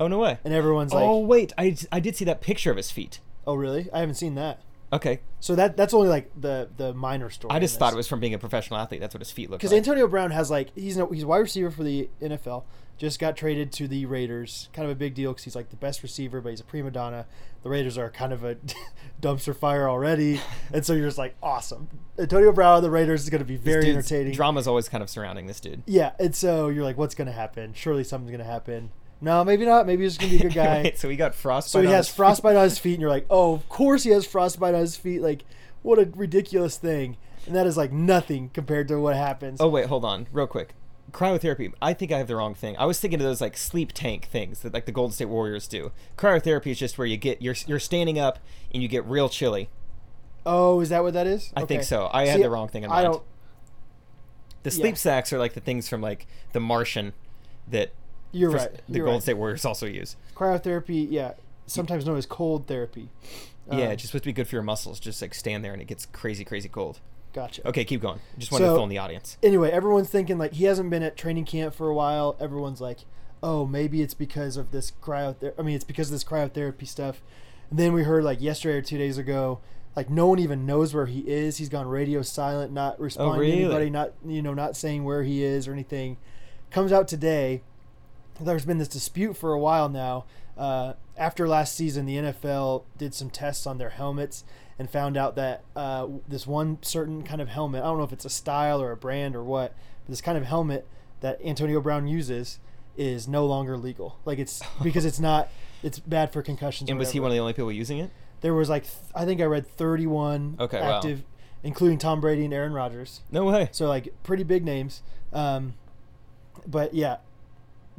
Speaker 1: Oh no way.
Speaker 2: and everyone's
Speaker 1: oh
Speaker 2: like,
Speaker 1: wait, I, I did see that picture of his feet.
Speaker 2: "Oh, really? I haven't seen that."
Speaker 1: Okay.
Speaker 2: So that that's only like the the minor story.
Speaker 1: I
Speaker 2: in
Speaker 1: just thought
Speaker 2: this.
Speaker 1: it was from being a professional athlete. That's what his feet look
Speaker 2: because
Speaker 1: like.
Speaker 2: Antonio Brown has like he's no, he's a wide receiver for the NFL. Just got traded to the Raiders, kind of a big deal because he's like the best receiver, but he's a prima donna. The Raiders are kind of a dumpster fire already, and so you're just like awesome. Antonio Brown, on the Raiders is going to be
Speaker 1: This
Speaker 2: very
Speaker 1: dude's
Speaker 2: entertaining.
Speaker 1: Drama's always kind of surrounding this dude.
Speaker 2: yeah, and so you're like, what's going to happen? Surely something's going to happen. No, maybe not. Maybe he's going to be a good guy.
Speaker 1: Wait, so he got frostbite.
Speaker 2: So he
Speaker 1: on
Speaker 2: has
Speaker 1: his feet.
Speaker 2: frostbite on his feet, and you're like, oh, of course he has frostbite on his feet. Like, what a ridiculous thing. And that is like nothing compared to what happens.
Speaker 1: Oh wait, hold on, real quick. Cryotherapy. I think I have the wrong thing. I was thinking of those like sleep tank things that like the Golden State Warriors do. Cryotherapy is just where you get you're you're standing up and you get real chilly.
Speaker 2: Oh, is that what that is?
Speaker 1: I think so. I had the wrong thing in
Speaker 2: I
Speaker 1: mind.
Speaker 2: don't.
Speaker 1: The
Speaker 2: Yeah.
Speaker 1: sleep sacks are like the things from like The Martian that
Speaker 2: You're
Speaker 1: for-
Speaker 2: right.
Speaker 1: the
Speaker 2: you're
Speaker 1: Golden
Speaker 2: right.
Speaker 1: State Warriors also use.
Speaker 2: Cryotherapy, yeah, sometimes known as cold therapy. Um,
Speaker 1: yeah, it's just supposed to be good for your muscles. Just like stand there and it gets crazy, crazy cold.
Speaker 2: gotcha.
Speaker 1: Okay, keep going. Just wanted to
Speaker 2: So-
Speaker 1: throw in the audience.
Speaker 2: Anyway, everyone's thinking like he hasn't been at training camp for a while. Everyone's like, oh, maybe it's because of this cryotherapy. I mean, it's because of this cryotherapy stuff. And then we heard like yesterday or two days ago, like no one even knows where he is. He's gone radio silent, not responding
Speaker 1: Oh, really?
Speaker 2: to anybody, not you know, not saying where he is or anything. Comes out today. There's been this dispute for a while now. Uh, after last season, the NFL did some tests on their helmets and found out that uh, this one certain kind of helmet, I don't know if it's a style or a brand or what, but this kind of helmet that Antonio Brown uses is no longer legal. Like it's because it's not, it's bad for concussions. or
Speaker 1: And was he
Speaker 2: whatever
Speaker 1: one of the only people using it?
Speaker 2: there was like th- I think I read 31
Speaker 1: Okay, wow.
Speaker 2: active, including Tom Brady and Aaron Rodgers.
Speaker 1: No way.
Speaker 2: So like pretty big names. Um, but yeah,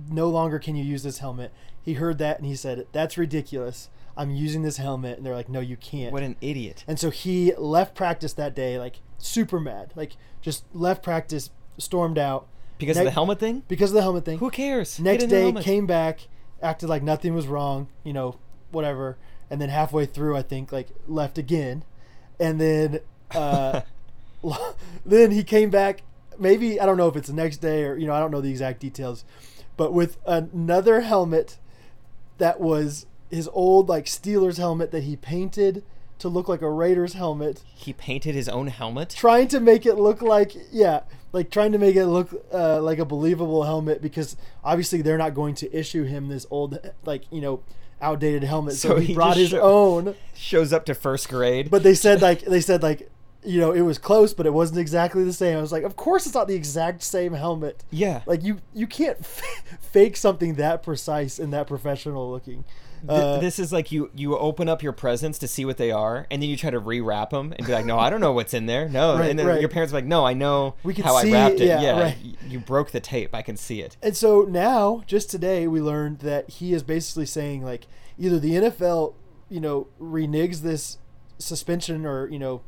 Speaker 2: no longer can you use this helmet. He heard that and he said, "That's ridiculous. I'm using this helmet." And they're like, "No, you can't."
Speaker 1: What an idiot.
Speaker 2: And so he left practice that day like super mad, like just left practice, stormed out
Speaker 1: Because of
Speaker 2: Ne-
Speaker 1: the helmet thing?
Speaker 2: because of the helmet thing.
Speaker 1: Who cares? Get
Speaker 2: Next
Speaker 1: in the
Speaker 2: day,
Speaker 1: helmet.
Speaker 2: came back, acted like nothing was wrong, you know, whatever. And then halfway through, I think, like, left again. And then, uh, then he came back, maybe, I don't know if it's the next day or, you know, I don't know the exact details, but with another helmet that was his old, like, Steelers helmet that he painted to look like a Raiders helmet
Speaker 1: He painted his own helmet.
Speaker 2: trying to make it look like yeah like trying to make it look uh, like a believable helmet because obviously they're not going to issue him this old like you know outdated helmet so,
Speaker 1: So
Speaker 2: he,
Speaker 1: he
Speaker 2: brought
Speaker 1: just
Speaker 2: his
Speaker 1: show-
Speaker 2: own
Speaker 1: Shows up to first grade.
Speaker 2: but they said like they said like you know it was close but it wasn't exactly the same i was like of course it's not the exact same helmet
Speaker 1: yeah,
Speaker 2: like you you can't fake something that precise and that professional looking
Speaker 1: Th-
Speaker 2: Uh,
Speaker 1: this is like you you open up your presents to see what they are, and then you try to rewrap them and be like, "No, I don't know what's in there." No,
Speaker 2: Right,
Speaker 1: and then
Speaker 2: right.
Speaker 1: your parents are like, "No, I know
Speaker 2: We can
Speaker 1: how
Speaker 2: see-
Speaker 1: I wrapped it."
Speaker 2: yeah,
Speaker 1: Yeah,
Speaker 2: right.
Speaker 1: y- you broke the tape. I can see it.
Speaker 2: And so now, just today, we learned that he is basically saying like either the NFL, you know, reneges this suspension or you know,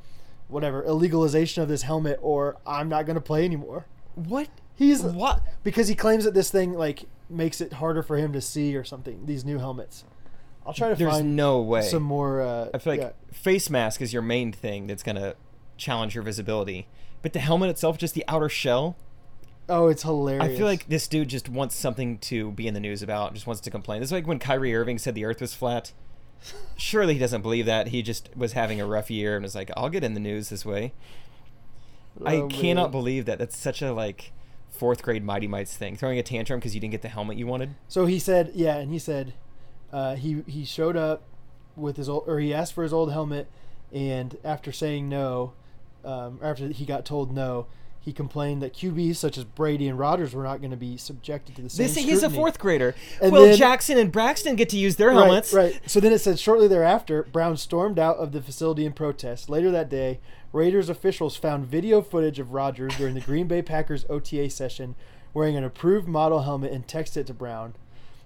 Speaker 2: whatever illegalization of this helmet, or I'm not going to play anymore.
Speaker 1: What?
Speaker 2: He's
Speaker 1: What?
Speaker 2: because he claims that this thing like makes it harder for him to see or something. These new helmets. I'll try to
Speaker 1: There's
Speaker 2: find
Speaker 1: no way.
Speaker 2: some more. Uh,
Speaker 1: I feel like
Speaker 2: yeah.
Speaker 1: face mask is your main thing that's gonna challenge your visibility, but the helmet itself, just the outer shell.
Speaker 2: Oh, it's hilarious.
Speaker 1: I feel like this dude just wants something to be in the news about, just wants to complain. This is like when Kyrie Irving said the earth was flat. Surely he doesn't believe that. He just was having a rough year and was like, I'll get in the news this way. I
Speaker 2: Oh,
Speaker 1: cannot
Speaker 2: man.
Speaker 1: believe that. That's such a like fourth grade Mighty Mites thing. Throwing a tantrum because you didn't get the helmet you wanted.
Speaker 2: So he said, yeah, and he said uh, he he showed up with his old, or he asked for his old helmet, and after saying no, um, or after he got told no, he complained that QBs such as Brady and Rodgers were not going to be subjected to the same.
Speaker 1: This he's a
Speaker 2: scrutiny.
Speaker 1: fourth grader.
Speaker 2: And
Speaker 1: well,
Speaker 2: then-
Speaker 1: Jackson and Braxton get to use their
Speaker 2: Right,
Speaker 1: helmets.
Speaker 2: Right. So then it said shortly thereafter, Brown stormed out of the facility in protest. Later that day, Raiders officials found video footage of Rodgers during the Green Bay Packers OTA session wearing an approved model helmet and texted it to Brown.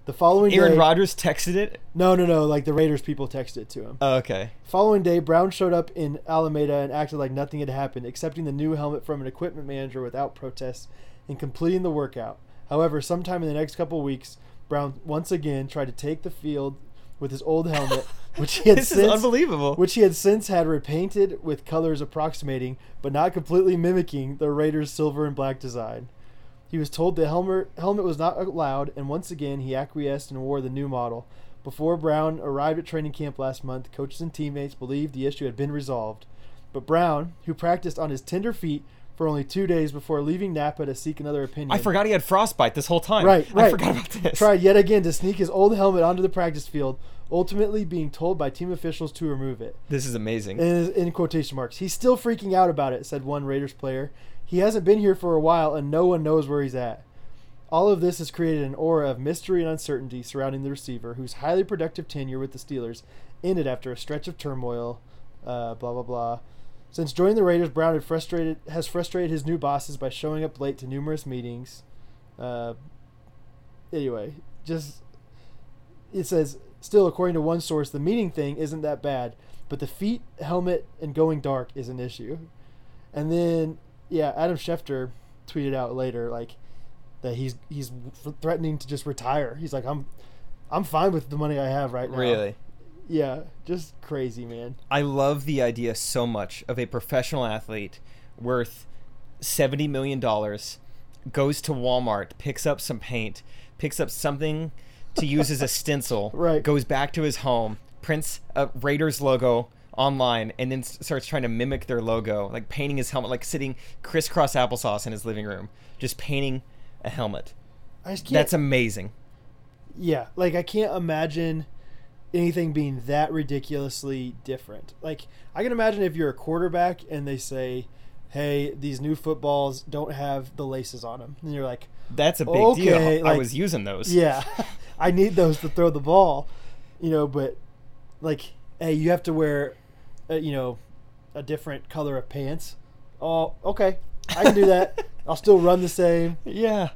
Speaker 2: The following
Speaker 1: Aaron
Speaker 2: day,
Speaker 1: Rodgers texted it.
Speaker 2: No, no, no. Like the Raiders people texted it to him.
Speaker 1: Oh, okay.
Speaker 2: Following day, Brown showed up in Alameda and acted like nothing had happened, accepting the new helmet from an equipment manager without protest and completing the workout. However, sometime in the next couple weeks, Brown once again tried to take the field with his old helmet, which he had
Speaker 1: This is
Speaker 2: since
Speaker 1: unbelievable.
Speaker 2: which he had since had repainted with colors approximating, but not completely mimicking, the Raiders' silver and black design. He was told the helmet helmet was not allowed, and once again he acquiesced and wore the new model. Before Brown arrived at training camp last month, coaches and teammates believed the issue had been resolved. But Brown, who practiced on his tender feet for only two days before leaving Napa to seek another opinion,
Speaker 1: I forgot he had frostbite this whole time.
Speaker 2: Right,
Speaker 1: I
Speaker 2: right.
Speaker 1: forgot about this.
Speaker 2: tried yet again to sneak his old helmet onto the practice field, ultimately being told by team officials to remove it.
Speaker 1: This is amazing.
Speaker 2: In, in quotation marks, he's still freaking out about it, said one Raiders player. He hasn't been here for a while, and no one knows where he's at. All of this has created an aura of mystery and uncertainty surrounding the receiver, whose highly productive tenure with the Steelers ended after a stretch of turmoil. Uh, blah blah blah. Since joining the Raiders, Brown had frustrated has frustrated his new bosses by showing up late to numerous meetings. Uh, anyway, just it says still according to one source the meeting thing isn't that bad but the feet helmet and going dark is an issue and then yeah adam schefter tweeted out later like that he's he's threatening to just retire he's like i'm i'm fine with the money i have right now
Speaker 1: Really.
Speaker 2: yeah just crazy man
Speaker 1: I love the idea so much of a professional athlete worth seventy million dollars goes to Walmart, picks up some paint, picks up something to use as a stencil,
Speaker 2: Right.
Speaker 1: goes back to his home, prints a Raiders logo online, and then s- starts trying to mimic their logo, like painting his helmet, like sitting crisscross applesauce in his living room, just painting a helmet.
Speaker 2: i just can't
Speaker 1: That's amazing.
Speaker 2: yeah like i can't imagine anything being that ridiculously different like i can imagine if you're a quarterback and they say hey these new footballs don't have the laces on them and you're like
Speaker 1: That's a big
Speaker 2: Okay,
Speaker 1: deal. I
Speaker 2: like-
Speaker 1: was using those.
Speaker 2: yeah i need those to throw the ball you know but like hey you have to wear uh, you know a different color of pants oh okay i can do that i'll still run the same
Speaker 1: Yeah.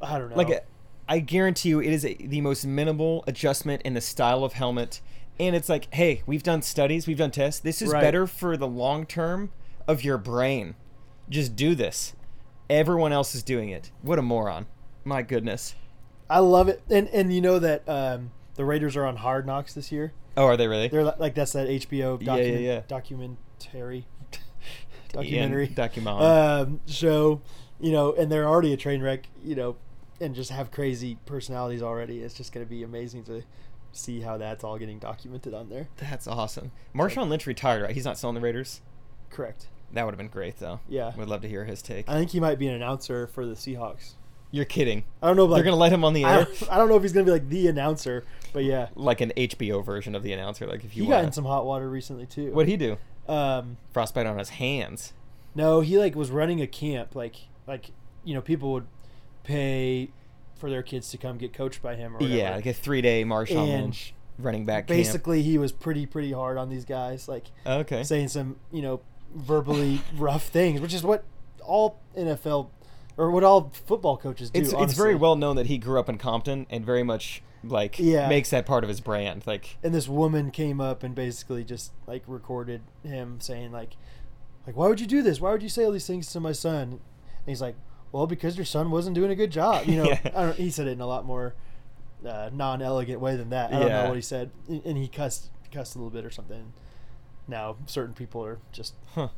Speaker 2: i don't know
Speaker 1: Like, uh, I guarantee you, it is a, the most minimal adjustment in the style of helmet. And it's like, hey, we've done studies, we've done tests. This is
Speaker 2: Right.
Speaker 1: better for the long term of your brain. Just do this. Everyone else is doing it. What a moron! My goodness.
Speaker 2: i love it and and you know that um the raiders are on hard knocks this year
Speaker 1: Oh, are they really?
Speaker 2: They're li- like that's that HBO document,
Speaker 1: Yeah, yeah, yeah.
Speaker 2: documentary documentary
Speaker 1: document.
Speaker 2: um, show, you know, and they're already a train wreck, you know, and just have crazy personalities already. It's just going to be amazing to see how that's all getting documented on there.
Speaker 1: That's awesome. Marshawn Lynch retired, right? He's not still on the Raiders.
Speaker 2: Correct.
Speaker 1: That would have been great, though.
Speaker 2: Yeah.
Speaker 1: Would love to hear his take.
Speaker 2: I think he might be an announcer for the Seahawks.
Speaker 1: You're kidding.
Speaker 2: I don't know. if,
Speaker 1: They're
Speaker 2: Like,
Speaker 1: gonna let him on the
Speaker 2: I
Speaker 1: air,
Speaker 2: don't, I don't know if he's going to be like the announcer, but yeah,
Speaker 1: like an HBO version of the announcer. Like if
Speaker 2: he
Speaker 1: you
Speaker 2: got
Speaker 1: want.
Speaker 2: in some hot water recently too.
Speaker 1: What'd he do?
Speaker 2: Um,
Speaker 1: Frostbite on his hands.
Speaker 2: No, he like was running a camp, like like you know people would pay for their kids to come get coached by him or whatever.
Speaker 1: Oh, Yeah, like a three day Marshawn
Speaker 2: And
Speaker 1: Lynch running back. Basically,
Speaker 2: basically he was pretty pretty hard on these guys, like
Speaker 1: okay.
Speaker 2: saying some you know verbally rough things, which is what all NFL or what all football coaches do.
Speaker 1: it's it's very
Speaker 2: honestly.
Speaker 1: well known that he grew up in Compton and very much like
Speaker 2: Yeah.
Speaker 1: makes that part of his brand. Like
Speaker 2: And this woman came up and basically just like recorded him saying like like why would you do this? Why would you say all these things to my son? And he's like, well, because your son wasn't doing a good job. You know,
Speaker 1: Yeah.
Speaker 2: I don't, he said it in a lot more uh, non-elegant way than that. I don't
Speaker 1: Yeah.
Speaker 2: know what he said, and and he cussed cussed a little bit or something. Now certain people are just
Speaker 1: huh.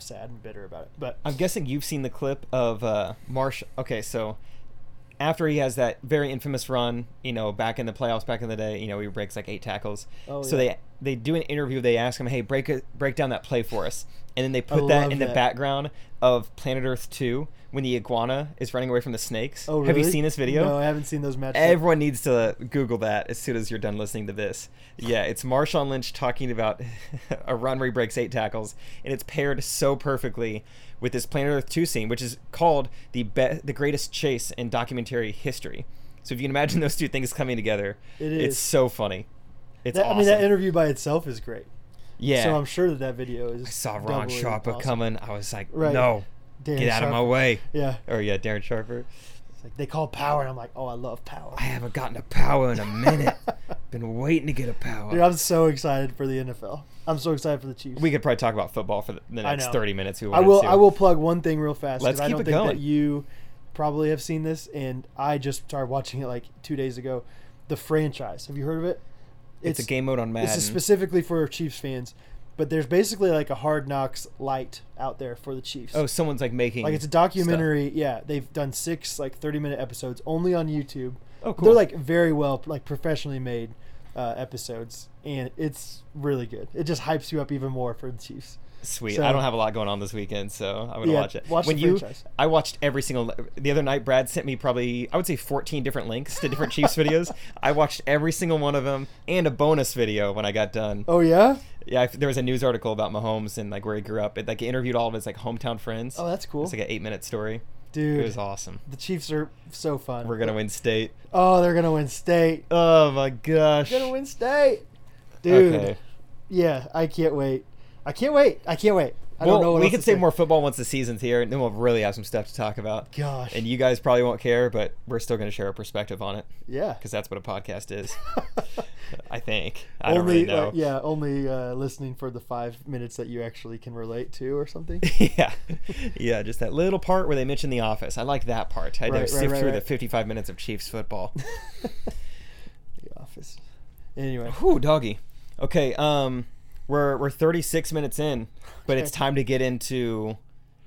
Speaker 2: sad and bitter about it, but
Speaker 1: I'm guessing you've seen the clip of uh, Marsh. Okay, so after he has that very infamous run, you know, back in the playoffs, back in the day, you know, he breaks like eight tackles.
Speaker 2: Oh,
Speaker 1: so
Speaker 2: yeah.
Speaker 1: they they do an interview. They ask him, "Hey, break it, break down that play for us," and then they put
Speaker 2: love
Speaker 1: that in the
Speaker 2: that.
Speaker 1: background of Planet Earth Two when the iguana is running away from the snakes.
Speaker 2: oh,
Speaker 1: Have you
Speaker 2: really?
Speaker 1: seen this video?
Speaker 2: No, I haven't seen those matches.
Speaker 1: Everyone needs to Google that as soon as you're done listening to this. Yeah, it's Marshawn Lynch talking about a run where he breaks eight tackles, and it's paired so perfectly with this Planet Earth 2 scene, which is called the be- the greatest chase in documentary history. So if you can imagine those two things coming together,
Speaker 2: It
Speaker 1: it's
Speaker 2: is.
Speaker 1: so funny. It's
Speaker 2: That-
Speaker 1: awesome.
Speaker 2: I mean, that interview by itself is great.
Speaker 1: yeah.
Speaker 2: So I'm sure that that video is.
Speaker 1: I saw Ron Sharper coming. I was like,
Speaker 2: Right.
Speaker 1: no, get out of my way.
Speaker 2: Yeah.
Speaker 1: Or yeah, Darren Sharper.
Speaker 2: It's like they call power, and I'm like, oh, I love power.
Speaker 1: I haven't gotten a power in a minute. Been waiting to get a power.
Speaker 2: Dude, I'm so excited for the NFL. I'm so excited for the Chiefs.
Speaker 1: We could probably talk about football for the the next
Speaker 2: know.
Speaker 1: thirty minutes. We
Speaker 2: I
Speaker 1: wanted
Speaker 2: will.
Speaker 1: to.
Speaker 2: I will plug one thing real fast. 'cause
Speaker 1: Let's
Speaker 2: I
Speaker 1: keep
Speaker 2: don't
Speaker 1: it
Speaker 2: think
Speaker 1: going.
Speaker 2: that you probably have seen this, and I just started watching it like two days ago. The franchise. Have you heard of it?
Speaker 1: It's, a game mode on Madden.
Speaker 2: This is specifically for Chiefs fans, but there's basically like a Hard Knocks light out there for the Chiefs.
Speaker 1: oh, someone's like making
Speaker 2: like it's a documentary. Yeah, they've done six like 30 minute episodes only on YouTube.
Speaker 1: Oh, cool.
Speaker 2: They're like very well like professionally made. uh, episodes, and it's really good. It just hypes you up even more for the Chiefs.
Speaker 1: Sweet.
Speaker 2: So-
Speaker 1: I don't have a lot going on this weekend, so I'm gonna
Speaker 2: Yeah,
Speaker 1: watch it.
Speaker 2: watch the
Speaker 1: when you,
Speaker 2: franchise.
Speaker 1: I watched every single. The other night, Brad sent me probably I would say 14 different links to different Chiefs videos. I watched every single one of them and a bonus video when I got done.
Speaker 2: Oh yeah,
Speaker 1: Yeah, I, there was a news article about Mahomes and like where he grew up. It like interviewed all of his like hometown friends.
Speaker 2: oh that's cool,
Speaker 1: It's like an eight minute story. It
Speaker 2: dude.
Speaker 1: was awesome.
Speaker 2: The Chiefs are so fun.
Speaker 1: We're gonna win state.
Speaker 2: Oh, they're gonna win state.
Speaker 1: Oh my gosh.
Speaker 2: They're gonna win state, dude.
Speaker 1: Okay.
Speaker 2: Yeah, I can't wait. I can't wait. I can't wait. I
Speaker 1: Well,
Speaker 2: don't know. What
Speaker 1: we
Speaker 2: else
Speaker 1: can
Speaker 2: to
Speaker 1: say more football once the season's here, and then we'll really have some stuff to talk about.
Speaker 2: Gosh.
Speaker 1: And you guys probably won't care, but we're still going to share our perspective on it
Speaker 2: yeah.
Speaker 1: because that's what a podcast is. I think. I don't
Speaker 2: only,
Speaker 1: really know.
Speaker 2: uh, yeah, only uh, listening for the five minutes that you actually can relate to, or something.
Speaker 1: yeah. Yeah, just that little part where they mention the office. I like that part. I had
Speaker 2: Right,
Speaker 1: to
Speaker 2: right,
Speaker 1: sift
Speaker 2: right,
Speaker 1: through the
Speaker 2: right.
Speaker 1: 55 minutes of Chiefs football.
Speaker 2: the office. Anyway,
Speaker 1: Whew, doggy. Okay, um we're we're 36 minutes in, but it's
Speaker 2: Okay.
Speaker 1: time to get into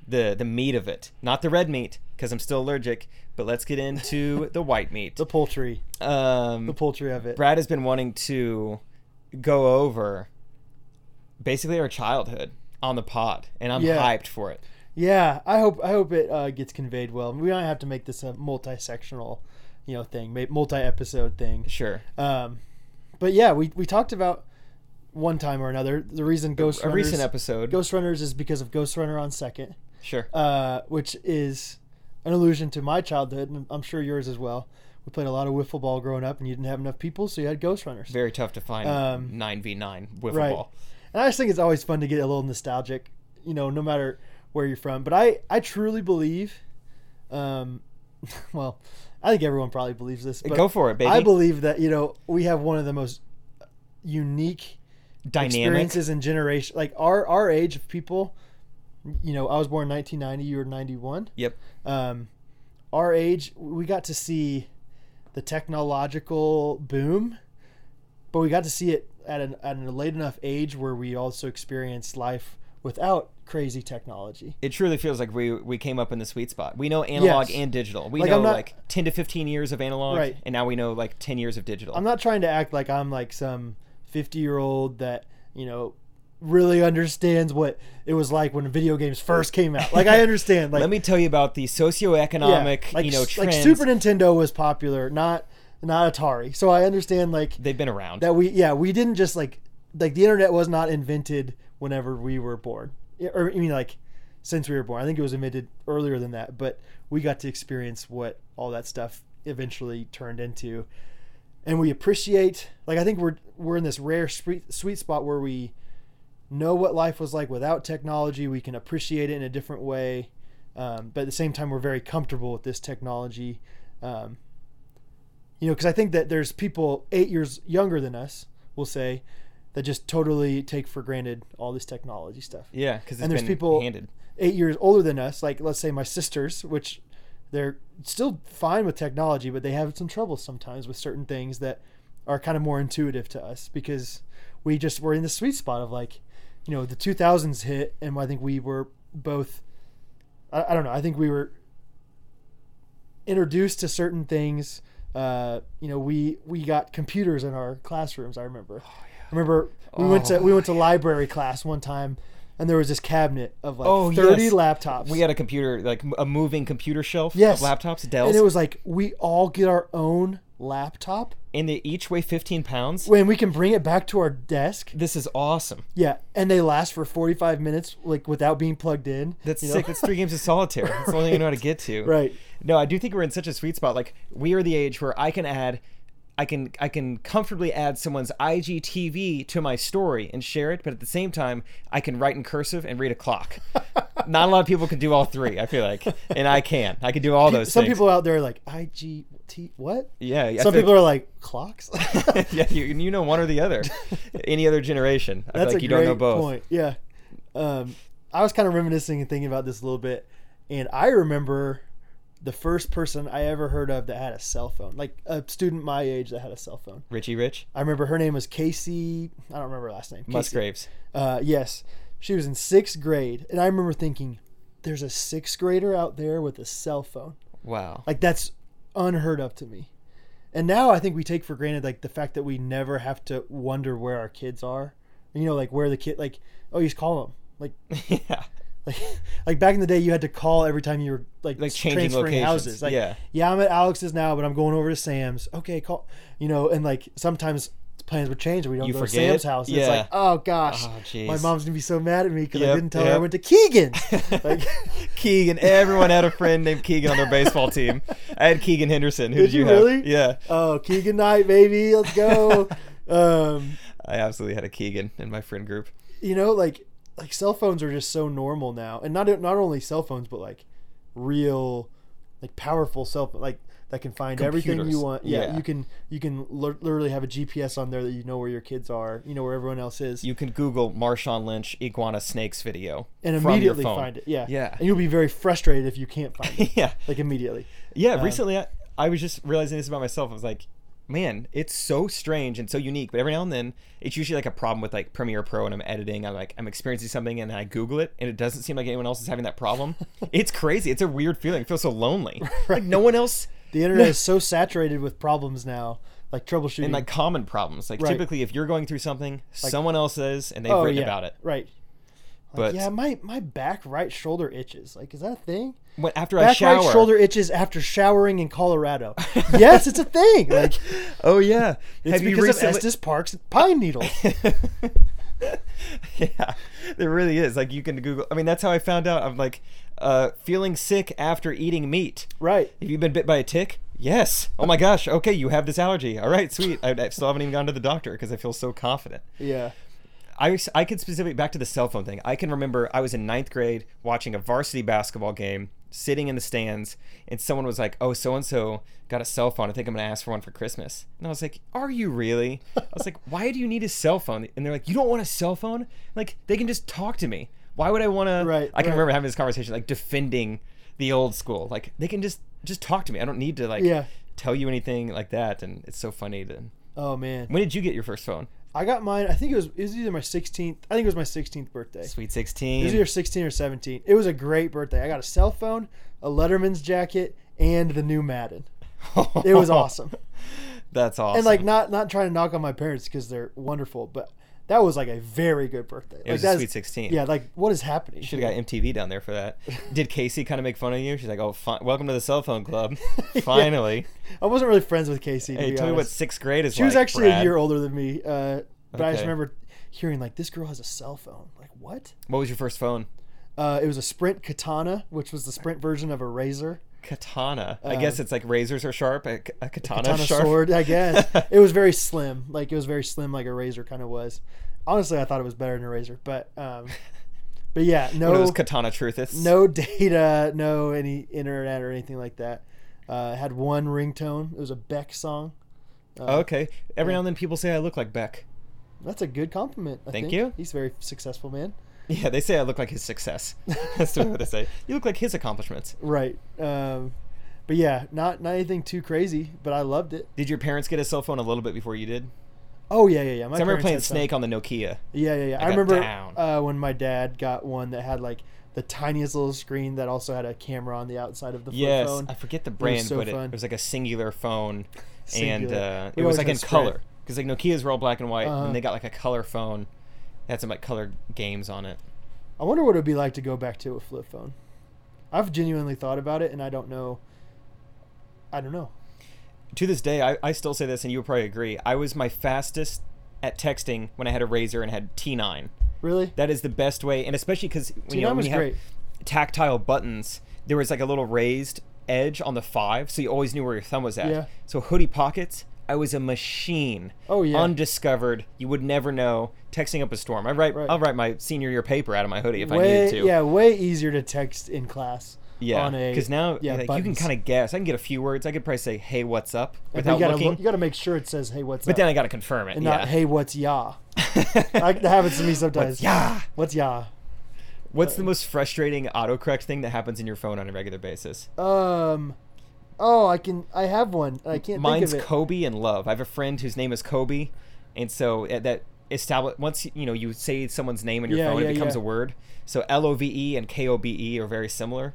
Speaker 1: the the meat of it. Not the red meat because I'm still allergic, but let's get into the white meat.
Speaker 2: the poultry,
Speaker 1: Um
Speaker 2: the poultry of it.
Speaker 1: Brad has been wanting to go over basically our childhood on the pod, and I'm
Speaker 2: Yeah.
Speaker 1: hyped for it.
Speaker 2: Yeah, I hope I hope it uh, gets conveyed well. We might have to make this a multi-sectional, you know, thing, ma- multi-episode thing.
Speaker 1: Sure.
Speaker 2: Um, but yeah, we we talked about one time or another the reason Ghost
Speaker 1: A
Speaker 2: Runners,
Speaker 1: recent episode.
Speaker 2: Ghost Runners is because of Ghost Runner on Second,
Speaker 1: Sure.
Speaker 2: uh, which is an allusion to my childhood, and I'm sure yours as well. We played a lot of wiffle ball growing up, and you didn't have enough people, so you had Ghost Runners.
Speaker 1: Very tough to find
Speaker 2: um,
Speaker 1: 9v9 wiffle
Speaker 2: right.
Speaker 1: ball.
Speaker 2: And I just think it's always fun to get a little nostalgic, you know, no matter where you're from. But I, I truly believe, um, well, I think everyone probably believes this. But
Speaker 1: Go for it, baby.
Speaker 2: I believe that you know we have one of the most unique
Speaker 1: Dynamic.
Speaker 2: experiences and generation, like our our age of people. You know, I was born in 1990. You were 91.
Speaker 1: Yep.
Speaker 2: Um, our age, we got to see the technological boom, but we got to see it at an at a late enough age where we also experienced life without crazy technology.
Speaker 1: It truly feels like we we came up in the sweet spot. We know analog
Speaker 2: Yes.
Speaker 1: and digital. We
Speaker 2: Like,
Speaker 1: know
Speaker 2: I'm not-
Speaker 1: like 10 to 15 years of analog,
Speaker 2: Right.
Speaker 1: and now we know like 10 years of digital.
Speaker 2: I'm not trying to act like I'm like some 50 year old that you know really understands what it was like when video games first came out. Like I understand. Like
Speaker 1: Let me tell you about the socioeconomic,
Speaker 2: like,
Speaker 1: you know,
Speaker 2: s- like
Speaker 1: trends.
Speaker 2: Super Nintendo was popular, not not Atari. So I understand like
Speaker 1: They've been around.
Speaker 2: that we yeah we didn't just like like the internet was not invented whenever we were born Yeah, or i mean like since we were born i think it was invented earlier than that but we got to experience what all that stuff eventually turned into and we appreciate like i think we're we're in this rare sweet, sweet spot where we know what life was like without technology we can appreciate it in a different way um, but at the same time we're very comfortable with this technology um, you know because i think that there's people eight years younger than us will say that just totally take for granted all this technology stuff
Speaker 1: yeah, because it's
Speaker 2: and there's
Speaker 1: been
Speaker 2: people-
Speaker 1: handed.
Speaker 2: eight years older than us like let's say my sisters which they're still fine with technology but they have some trouble sometimes with certain things that are kind of more intuitive to us because we just were in the sweet spot of like you know the 2000s hit and i think we were both i, I don't know i think we were introduced to certain things uh, you know we we got computers in our classrooms i remember I remember we went to
Speaker 1: Oh,
Speaker 2: we went to library class one time and there was this cabinet of like
Speaker 1: Oh,
Speaker 2: 30
Speaker 1: yes.
Speaker 2: laptops
Speaker 1: We had a computer, like m- a moving computer shelf
Speaker 2: Yes.
Speaker 1: of laptops,
Speaker 2: and
Speaker 1: Dells,
Speaker 2: it was like we all get our own laptop
Speaker 1: and they each weigh 15 pounds.
Speaker 2: when we can bring it back to our desk
Speaker 1: This is awesome.
Speaker 2: yeah and they last for 45 minutes like without being plugged in
Speaker 1: That's
Speaker 2: you know?
Speaker 1: sick. That's three games of solitaire. That's the only thing I know how to get to.
Speaker 2: right
Speaker 1: No, I do think we're in such a sweet spot. Like we are the age where I can add, I can I can comfortably add someone's IGTV to my story and share it, but at the same time, I can write in cursive and read a clock. Not a lot of people can do all three. I feel like, and I can. I can do all those.
Speaker 2: some
Speaker 1: things.
Speaker 2: people out there are like igt what
Speaker 1: Yeah. I
Speaker 2: some
Speaker 1: feel-
Speaker 2: people are like clocks
Speaker 1: yeah, you, you know one or the other. Any other generation, I feel
Speaker 2: That's
Speaker 1: like
Speaker 2: a
Speaker 1: you
Speaker 2: great
Speaker 1: don't know both.
Speaker 2: point. Yeah. Um, I was kind of reminiscing and thinking about this a little bit, and I remember the first person I ever heard of that had a cell phone, like a student my age that had a cell phone.
Speaker 1: Richie Rich,
Speaker 2: I remember her name was Casey. I don't remember her last name. Casey.
Speaker 1: Musgraves.
Speaker 2: Uh, yes, she was in sixth grade, and I remember thinking, "There's a sixth grader out there with a cell phone.
Speaker 1: Wow.
Speaker 2: Like that's unheard of to me." And now I think we take for granted like the fact that we never have to wonder where our kids are. You know, like where the kid like oh, you just call them. Like
Speaker 1: yeah.
Speaker 2: like like back in the day you had to call every time you were like,
Speaker 1: Like changing
Speaker 2: transferring
Speaker 1: locations.
Speaker 2: houses like
Speaker 1: Yeah.
Speaker 2: i'm at alex's now but i'm going over to sam's okay call you know and like sometimes plans would change and we don't
Speaker 1: You
Speaker 2: go
Speaker 1: forget?
Speaker 2: to sam's house and it's
Speaker 1: Yeah.
Speaker 2: like oh gosh
Speaker 1: Oh, jeez.
Speaker 2: my mom's gonna be so mad at me because i
Speaker 1: Yep,
Speaker 2: didn't tell her i
Speaker 1: yep.
Speaker 2: went to keegan's like
Speaker 1: Keegan. Everyone had a friend named Keegan on their baseball team. I had Keegan Henderson. Who did,
Speaker 2: Did you
Speaker 1: have?
Speaker 2: really?
Speaker 1: Yeah,
Speaker 2: oh keegan night baby let's go um
Speaker 1: I absolutely had a Keegan in my friend group.
Speaker 2: you know like like cell phones are just so normal now and not not only cell phones but like real like powerful cell phone like that can find everything you
Speaker 1: Computers.
Speaker 2: want yeah,
Speaker 1: Yeah.
Speaker 2: you can you can lir- literally have a gps on there that you know where your kids are you know where everyone else is
Speaker 1: You can Google Marshawn Lynch iguana snakes video
Speaker 2: and
Speaker 1: from your
Speaker 2: immediately
Speaker 1: phone.
Speaker 2: find it yeah
Speaker 1: Yeah.
Speaker 2: and you'll be very frustrated if you can't find it
Speaker 1: yeah,
Speaker 2: like immediately
Speaker 1: yeah.
Speaker 2: Um,
Speaker 1: recently, I, I was just realizing this about myself. I was like, man, it's so strange and so unique. But every now and then, it's usually like a problem with like Premiere Pro, and I'm editing. I'm like, I'm experiencing something, and I Google it, and it doesn't seem like anyone else is having that problem. it's crazy. It's a weird feeling. I feel so lonely. Like no one else.
Speaker 2: the internet is so saturated with problems now like troubleshooting
Speaker 1: and like common problems. Like
Speaker 2: Mm. Right.
Speaker 1: typically, if you're going through something, someone else is, and they've
Speaker 2: oh,
Speaker 1: written
Speaker 2: yeah,
Speaker 1: about it.
Speaker 2: right
Speaker 1: But-
Speaker 2: like, yeah my my back right shoulder itches like is that a thing
Speaker 1: When, after I
Speaker 2: back
Speaker 1: shower,
Speaker 2: right shoulder itches after showering in Colorado. yes, it's a thing. Like
Speaker 1: Oh yeah,
Speaker 2: it's
Speaker 1: Have you
Speaker 2: because of
Speaker 1: recently-
Speaker 2: Estes Park's pine needles.
Speaker 1: yeah, there really is. Like you can Google. I mean, that's how I found out. I'm like uh, feeling sick after eating meat.
Speaker 2: right.
Speaker 1: Have you been bit by a tick? Yes. Oh my gosh. Okay, you have this allergy. All right, sweet. I, I still haven't even gone to the doctor because I feel so confident.
Speaker 2: Yeah.
Speaker 1: I, I can specifically back to the cell phone thing. I can remember I was in ninth grade watching a varsity basketball game, sitting in the stands, and someone was like, "Oh, so and so got a cell phone. I think I'm gonna ask for one for Christmas." And I was like, "Are you really?" I was like, "Why do you need a cell phone?" And they're like, "You don't want a cell phone? Like they can just talk to me. Why would I want to?"
Speaker 2: Right,
Speaker 1: I can
Speaker 2: right.
Speaker 1: remember having this conversation, like defending the old school. Like they can just just talk to me. I don't need to like
Speaker 2: Yeah.
Speaker 1: tell you anything like that. And it's so funny. To...
Speaker 2: Oh man,
Speaker 1: When did you get your first phone?
Speaker 2: I got mine. I think it was it was either my 16th. I think it was my 16th birthday.
Speaker 1: Sweet
Speaker 2: It
Speaker 1: sixteen.
Speaker 2: was either 16 or 17. It was a great birthday. I got a cell phone, a Letterman's jacket, and the new Madden. It was awesome.
Speaker 1: That's awesome.
Speaker 2: And like not not trying to knock on my parents because they're wonderful, but that was like a very good birthday. It like
Speaker 1: was a
Speaker 2: that's-
Speaker 1: sweet 16.
Speaker 2: Yeah, like what is happening?
Speaker 1: should have got MTV down there for that. Did Casey kind of make fun of you? She's like, "Oh, fi- welcome to the cell phone club." Um, Finally,
Speaker 2: I wasn't really friends with Casey. to
Speaker 1: hey,
Speaker 2: be
Speaker 1: tell me what
Speaker 2: honest.
Speaker 1: sixth grade is
Speaker 2: She was
Speaker 1: like,
Speaker 2: actually a
Speaker 1: Brad.
Speaker 2: year older than me, uh, but I just
Speaker 1: Okay.
Speaker 2: remember hearing like this girl has a cell phone. Like what?
Speaker 1: What was your first phone?
Speaker 2: Uh, it was a Sprint Katana, which was the Sprint version of a razor,
Speaker 1: Katana. I guess it's like razors are sharp. A, a katana,
Speaker 2: Uh, katana
Speaker 1: sharp.
Speaker 2: sword. I guess it was very slim. Like it was very slim, like a razor kind of was. Honestly, I thought it was better than a razor, but um, but yeah,
Speaker 1: One of those
Speaker 2: no
Speaker 1: katana truthists.
Speaker 2: no data, no any internet or anything like that. Uh, it had one ringtone. It was a Beck song. Uh,
Speaker 1: Okay. Every now and then people say I look like Beck.
Speaker 2: That's a good compliment. I
Speaker 1: Thank
Speaker 2: think.
Speaker 1: you.
Speaker 2: He's a very successful man.
Speaker 1: Yeah, they say I look like his success. That's what they say. You look like his accomplishments.
Speaker 2: Right. Um, but yeah, not not anything too crazy, but I loved it.
Speaker 1: Did your parents get a cell phone a little bit before you did? 'Cause
Speaker 2: Oh yeah, yeah, yeah. My
Speaker 1: I remember
Speaker 2: parents
Speaker 1: playing
Speaker 2: had some.
Speaker 1: Snake on the Nokia.
Speaker 2: Yeah, yeah, yeah. I,
Speaker 1: got
Speaker 2: remember
Speaker 1: down.
Speaker 2: uh, when my dad got one that had like the tiniest little screen that also had a camera on the outside of the flip
Speaker 1: Yes,
Speaker 2: phone.
Speaker 1: I forget the brand,
Speaker 2: so
Speaker 1: but it,
Speaker 2: fun.
Speaker 1: it was like a singular phone, and
Speaker 2: Singular.
Speaker 1: uh, it
Speaker 2: We've
Speaker 1: was
Speaker 2: always
Speaker 1: like
Speaker 2: had
Speaker 1: in
Speaker 2: Sprint.
Speaker 1: color because like Nokia's were all black and white,
Speaker 2: Uh-huh.
Speaker 1: and they got like a color phone. It had some like color games on it.
Speaker 2: I wonder what it'd be like to go back to a flip phone. I've genuinely thought about it, and I don't know. I don't know.
Speaker 1: To this day, I, I still say this, and you would probably agree. I was my fastest at texting when I had a razor and had T9.
Speaker 2: Really?
Speaker 1: That is the best way, and especially because you
Speaker 2: T9
Speaker 1: know when
Speaker 2: was
Speaker 1: you have
Speaker 2: great.
Speaker 1: tactile buttons, there was like a little raised edge on the five, so you always knew where your thumb was at.
Speaker 2: Yeah.
Speaker 1: So hoodie pockets, I was a machine.
Speaker 2: Oh, yeah.
Speaker 1: undiscovered. You would never know. Texting up a storm. I write.
Speaker 2: Right.
Speaker 1: I'll write my senior year paper out of my hoodie if I
Speaker 2: way,
Speaker 1: needed to.
Speaker 2: yeah, way easier to text in class.
Speaker 1: Yeah,
Speaker 2: on a-
Speaker 1: because now
Speaker 2: yeah,
Speaker 1: like, you can
Speaker 2: buttons.
Speaker 1: kind of guess. I can get a few words. I could probably say, "Hey, what's up?"
Speaker 2: But
Speaker 1: without
Speaker 2: you gotta
Speaker 1: looking.
Speaker 2: look- you gotta make sure it says, "Hey, what's
Speaker 1: but
Speaker 2: up?"
Speaker 1: then I gotta confirm it.
Speaker 2: and
Speaker 1: yeah.
Speaker 2: not "Hey, what's ya?" I, that happens to me sometimes. Uh,
Speaker 1: What's ya?
Speaker 2: What's ya?
Speaker 1: What's the most frustrating autocorrect thing that happens in your phone on a regular basis?
Speaker 2: Um. Oh, I can. I have one. I can't
Speaker 1: Mine's
Speaker 2: think of it.
Speaker 1: Kobe and Love. I have a friend whose name is Kobe, and so at that establish once you know you say someone's name in your
Speaker 2: Yeah,
Speaker 1: phone,
Speaker 2: yeah,
Speaker 1: it becomes
Speaker 2: yeah.
Speaker 1: a word. So L O V E and K O B E are very similar,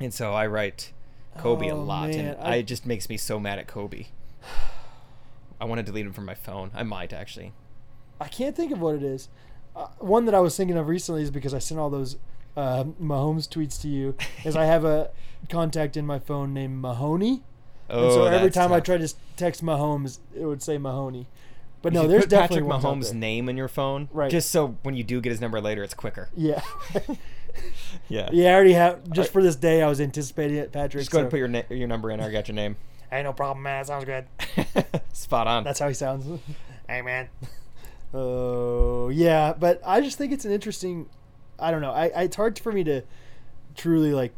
Speaker 1: and so I write Kobe a
Speaker 2: Oh,
Speaker 1: lot,
Speaker 2: man,
Speaker 1: and
Speaker 2: I-
Speaker 1: I, it just makes me so mad at Kobe. I want to delete them from my phone. I might actually.
Speaker 2: I can't think of what it is. Uh, one that I was thinking of recently is because I sent all those uh, Mahomes tweets to you. Is I have a contact in my phone named Mahoney,
Speaker 1: Oh,
Speaker 2: and so every
Speaker 1: that's
Speaker 2: time I
Speaker 1: tough.
Speaker 2: tried to s- text Mahomes, it would say Mahoney. But no,
Speaker 1: You
Speaker 2: there's
Speaker 1: put
Speaker 2: definitely
Speaker 1: Patrick
Speaker 2: ones out
Speaker 1: Mahomes'
Speaker 2: there.
Speaker 1: name in your phone,
Speaker 2: Right.
Speaker 1: Just so when you do get his number later, it's quicker.
Speaker 2: Yeah,
Speaker 1: Yeah.
Speaker 2: yeah. I already have. Just
Speaker 1: Alright.
Speaker 2: for this day, I was anticipating it, Patrick.
Speaker 1: Just go ahead and
Speaker 2: so-
Speaker 1: put your na- your number in. I got your name.
Speaker 2: Hey, no problem, man. That sounds good.
Speaker 1: Spot on.
Speaker 2: That's how he sounds.
Speaker 3: Hey, man.
Speaker 2: Oh yeah, but I just think it's an interesting. I don't know. I, I it's hard for me to truly like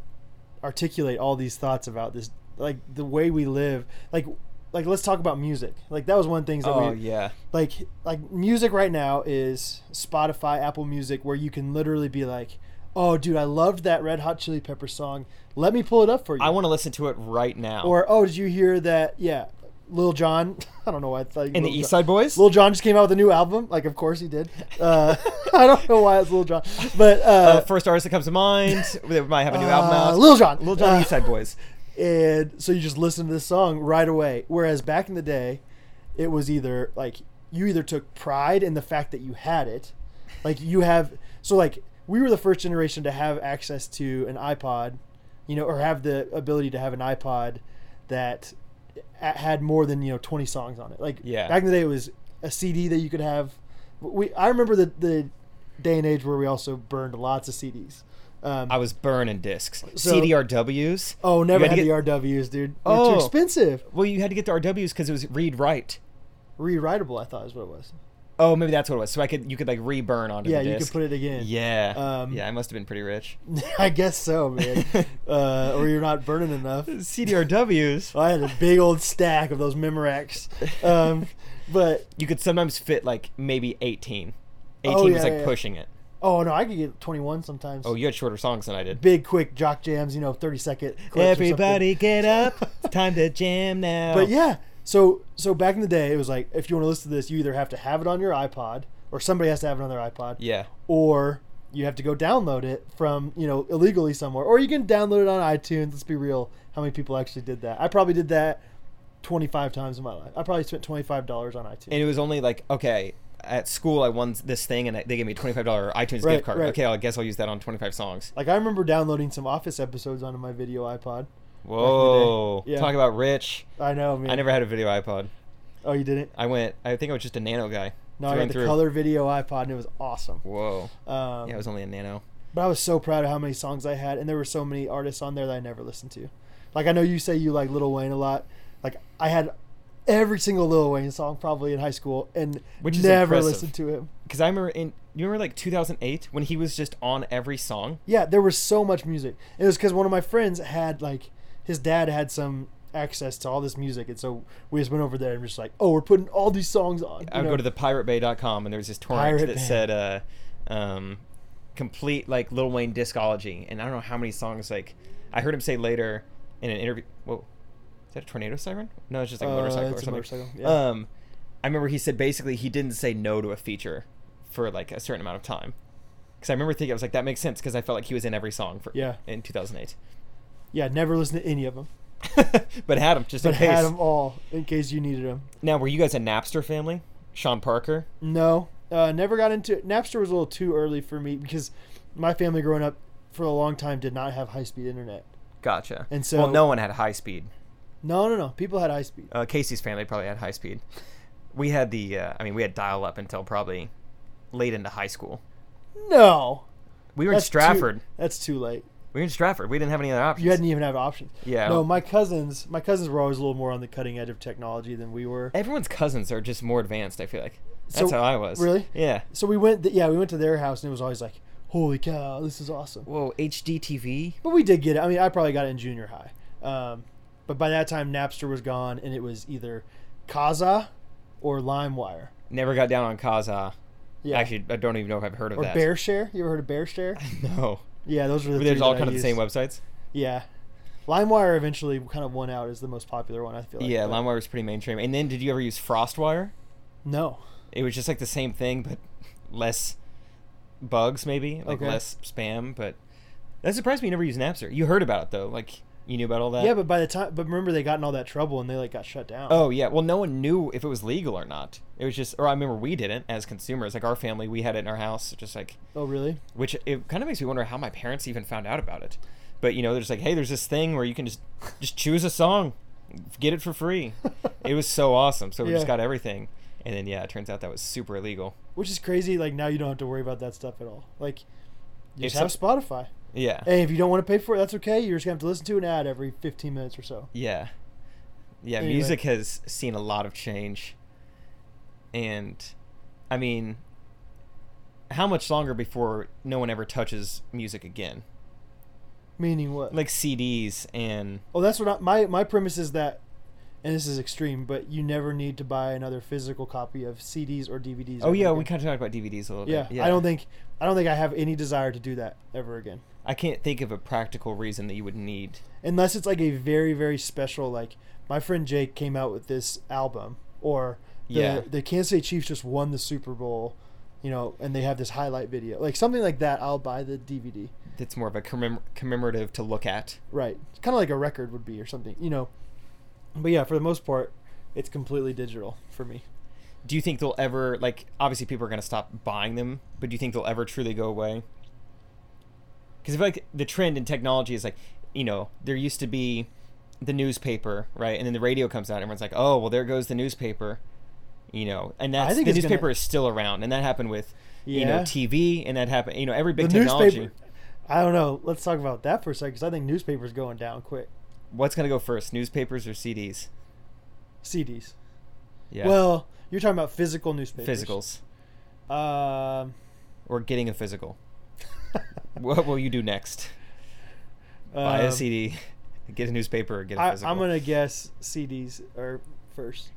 Speaker 2: articulate all these thoughts about this, like the way we live. Like like let's talk about music. Like that was one thing that
Speaker 1: oh
Speaker 2: we
Speaker 1: yeah.
Speaker 2: like like music right now is Spotify, Apple Music, where you can literally be like, oh dude, I loved that Red Hot Chili Pepper song. Let me pull it up for you.
Speaker 1: I want to listen to it right now.
Speaker 2: or oh, did you hear that? Yeah, Lil John. I don't know why I thought
Speaker 1: in the
Speaker 2: Lil
Speaker 1: East
Speaker 2: Jon-
Speaker 1: Side Boys.
Speaker 2: Lil John just came out with a new album. Like, of course he did. Uh, I don't know why it's Lil John, but uh,
Speaker 1: uh, first artist that comes to mind. they might have a new album
Speaker 2: uh,
Speaker 1: out.
Speaker 2: Lil John,
Speaker 1: Lil Jon
Speaker 2: Uh,
Speaker 1: East Side Boys.
Speaker 2: And so you just listen to this song right away. Whereas back in the day, it was either like you either took pride in the fact that you had it, like you have. So like we were the first generation to have access to an iPod, you know, or have the ability to have an iPod that a- had more than you know twenty songs on it. Like
Speaker 1: Yeah.
Speaker 2: back in the day, it was a CD that you could have. We I remember the the day and age where we also burned lots of CDs. Um,
Speaker 1: I was burning discs.
Speaker 2: So-
Speaker 1: CDRWs.
Speaker 2: Oh,
Speaker 1: You
Speaker 2: never
Speaker 1: had
Speaker 2: had,
Speaker 1: to
Speaker 2: the
Speaker 1: get-
Speaker 2: RWs, dude. They're
Speaker 1: Oh.
Speaker 2: too expensive.
Speaker 1: Well, you had to get the RWs because it was read write.
Speaker 2: Rewritable, I thought is what it was.
Speaker 1: Oh, maybe that's what it was. So I could you could like reburn onto
Speaker 2: yeah,
Speaker 1: the disc.
Speaker 2: you could put it again.
Speaker 1: Yeah.
Speaker 2: Um,
Speaker 1: yeah, I must have been pretty rich.
Speaker 2: I guess so, man. uh, or you're not burning enough. Oh,
Speaker 1: CDRWs.
Speaker 2: I had a big old stack of those Memorex. Um, but
Speaker 1: you could sometimes fit like maybe 18. 18
Speaker 2: Oh, yeah,
Speaker 1: was like
Speaker 2: yeah, yeah.
Speaker 1: pushing it.
Speaker 2: oh no, I could get 21 sometimes.
Speaker 1: Oh, you had shorter songs than I did.
Speaker 2: Big quick jock jams, you know, 30 second. clips or something.
Speaker 1: Everybody get up. It's time to jam now.
Speaker 2: But yeah, so so back in the day, it was like if you want to listen to this, you either have to have it on your iPod, or somebody has to have it on their iPod.
Speaker 1: Yeah.
Speaker 2: or you have to go download it from you know illegally somewhere or you can download it on itunes let's be real how many people actually did that i probably did that 25 times in my life i probably spent $25 on itunes
Speaker 1: And it was only like, okay, at school I won this thing and they gave me a $25 iTunes
Speaker 2: Right,
Speaker 1: gift card.
Speaker 2: right.
Speaker 1: Okay, I guess I'll use that on 25 songs.
Speaker 2: like i remember downloading some office episodes onto my video ipod
Speaker 1: Whoa.
Speaker 2: Yeah.
Speaker 1: Talk about rich.
Speaker 2: i know man
Speaker 1: I never had a video iPod.
Speaker 2: oh you didn't
Speaker 1: I went, I think I was just a nano guy.
Speaker 2: no i
Speaker 1: through
Speaker 2: got
Speaker 1: and
Speaker 2: the
Speaker 1: through.
Speaker 2: color video ipod and it was awesome
Speaker 1: Whoa.
Speaker 2: um,
Speaker 1: Yeah, it was only a nano.
Speaker 2: but i was so proud of how many songs i had and there were so many artists on there that i never listened to like i know you say you like lil wayne a lot like i had every single lil wayne song probably in high school and
Speaker 1: Which is
Speaker 2: never
Speaker 1: impressive.
Speaker 2: listened to him
Speaker 1: Because I remember in, you remember like 2008 when he was just on every song?
Speaker 2: Yeah, there was so much music. It was because one of my friends had like his dad had some access to all this music, and so we just went over there and just like, oh, we're putting all these songs on. you
Speaker 1: I would
Speaker 2: know?
Speaker 1: go to the piratebay.com and there was this torrent
Speaker 2: Pirate
Speaker 1: that
Speaker 2: Bay.
Speaker 1: said uh, um, complete like Lil Wayne discology and I don't know how many songs like I heard him say later in an interview whoa is that a tornado siren? No, it's just like a
Speaker 2: Uh,
Speaker 1: motorcycle
Speaker 2: it's
Speaker 1: or
Speaker 2: a
Speaker 1: something.
Speaker 2: motorcycle, yeah.
Speaker 1: Um I remember he said basically he didn't say no to a feature for like a certain amount of time. Cuz I remember thinking I was like that makes sense cuz I felt like he was in every song for
Speaker 2: Yeah.
Speaker 1: in 2008.
Speaker 2: yeah, never listened to any of them,
Speaker 1: but had him just
Speaker 2: but
Speaker 1: in case.
Speaker 2: had them all in case you needed them.
Speaker 1: Now were you guys a Napster family? Sean Parker?
Speaker 2: No, uh, never got into it. Napster was a little too early for me because my family growing up for a long time did not have high speed internet.
Speaker 1: Gotcha.
Speaker 2: And so-
Speaker 1: well, no one had high speed.
Speaker 2: No, no, no. People had high speed.
Speaker 1: Uh, Casey's family probably had high speed. We had the, uh, I mean, we had dial up until probably late into high school.
Speaker 2: No,
Speaker 1: We were in
Speaker 2: That's too-
Speaker 1: Stratford.
Speaker 2: that's too late.
Speaker 1: We were in Stratford. We didn't have any other options.
Speaker 2: You hadn't even have options.
Speaker 1: Yeah.
Speaker 2: No, my cousins, my cousins were always a little more on the cutting edge of technology than we were.
Speaker 1: Everyone's cousins are just more advanced. I feel like that's
Speaker 2: So-
Speaker 1: how I was.
Speaker 2: really?
Speaker 1: Yeah.
Speaker 2: So we went, th- yeah, we went to their house, and it was always like, "Holy cow, this is awesome!"
Speaker 1: Whoa, HDTV.
Speaker 2: But we did get it. I mean, I probably got it in junior high, um, but by that time Napster was gone, and it was either Kaza or LimeWire.
Speaker 1: Never got down on Kaza.
Speaker 2: Yeah,
Speaker 1: Actually, I don't even know if I've heard of
Speaker 2: or
Speaker 1: that.
Speaker 2: BearShare. You ever heard of BearShare?
Speaker 1: No.
Speaker 2: yeah, those were the.
Speaker 1: There's
Speaker 2: three
Speaker 1: all
Speaker 2: that I
Speaker 1: kind of the same
Speaker 2: used.
Speaker 1: websites.
Speaker 2: Yeah, LimeWire eventually kind of won out as the most popular one. I feel like.
Speaker 1: yeah,
Speaker 2: but-
Speaker 1: LimeWire was pretty mainstream. And then, did you ever use FrostWire?
Speaker 2: No,
Speaker 1: It was just like the same thing, but less bugs, maybe like
Speaker 2: Okay.
Speaker 1: less spam. But that surprised me. You never used Napster. You heard about it though, like You knew about all that?
Speaker 2: yeah, but by the time, but remember they got in all that trouble and they like got shut down.
Speaker 1: Oh yeah. Well, no one knew if it was legal or not. It was just, or I remember we didn't as consumers. Like our family, we had it in our house. Just like,
Speaker 2: oh really?
Speaker 1: which it kind of makes me wonder how my parents even found out about it. But you know, they're just like, hey, there's this thing where you can just just choose a song, get it for free. it was so awesome. So we just
Speaker 2: Yeah.
Speaker 1: got everything, and then yeah, it turns out that was super illegal.
Speaker 2: Which is crazy. Like now you don't have to worry about that stuff at all. Like you just have
Speaker 1: Except-
Speaker 2: Spotify.
Speaker 1: Yeah.
Speaker 2: Hey, if you don't want to pay for it, that's okay. You're just gonna have to listen to an ad every 15 minutes or so.
Speaker 1: Yeah. Yeah,
Speaker 2: Anyway.
Speaker 1: music has seen a lot of change. And I mean, how much longer before no one ever touches music again?
Speaker 2: Meaning what?
Speaker 1: Like CDs and
Speaker 2: Oh, that's what I, my my premise is that, and this is extreme, but you never need to buy another physical copy of CDs or DVDs.
Speaker 1: Oh
Speaker 2: ever
Speaker 1: yeah, we
Speaker 2: again.
Speaker 1: kind of talked about DVDs a little
Speaker 2: yeah,
Speaker 1: bit.
Speaker 2: I don't think I don't think I have any desire to do that ever again,
Speaker 1: I can't think of a practical reason that you would need.
Speaker 2: unless it's like a very very special like my friend Jake came out with this album or the
Speaker 1: Yeah.
Speaker 2: the Kansas City Chiefs just won the Super Bowl, you know, and they have this highlight video like something like that. I'll buy the DVD.
Speaker 1: That's more of a commem- commemorative to look at.
Speaker 2: Right. It's kind of like a record would be or something, you know. But yeah, for the most part, it's completely digital for me.
Speaker 1: Do you think they'll ever like? Obviously, people are going to stop buying them, but do you think they'll ever truly go away? Because I feel like the trend in technology is like, you know, there used to be the newspaper, right, and then the radio comes out, and everyone's like, oh, well, there goes the newspaper, you know, and that's
Speaker 2: think
Speaker 1: the
Speaker 2: it's gonna-
Speaker 1: newspaper is still around, and that happened with, you know,
Speaker 2: Yeah.
Speaker 1: TV, and that happened, you know, every big
Speaker 2: the
Speaker 1: technology.
Speaker 2: newspaper. I don't know. Let's talk about that for a second because I think newspapers going down quick.
Speaker 1: What's going to go first, newspapers or CDs?
Speaker 2: CDs.
Speaker 1: Yeah,
Speaker 2: Well, you're talking about physical newspapers.
Speaker 1: physicals
Speaker 2: Um,
Speaker 1: or getting a physical. what will you do next? Buy a
Speaker 2: um,
Speaker 1: CD, get a newspaper, or get a
Speaker 2: I,
Speaker 1: physical.
Speaker 2: I'm gonna guess CDs are first.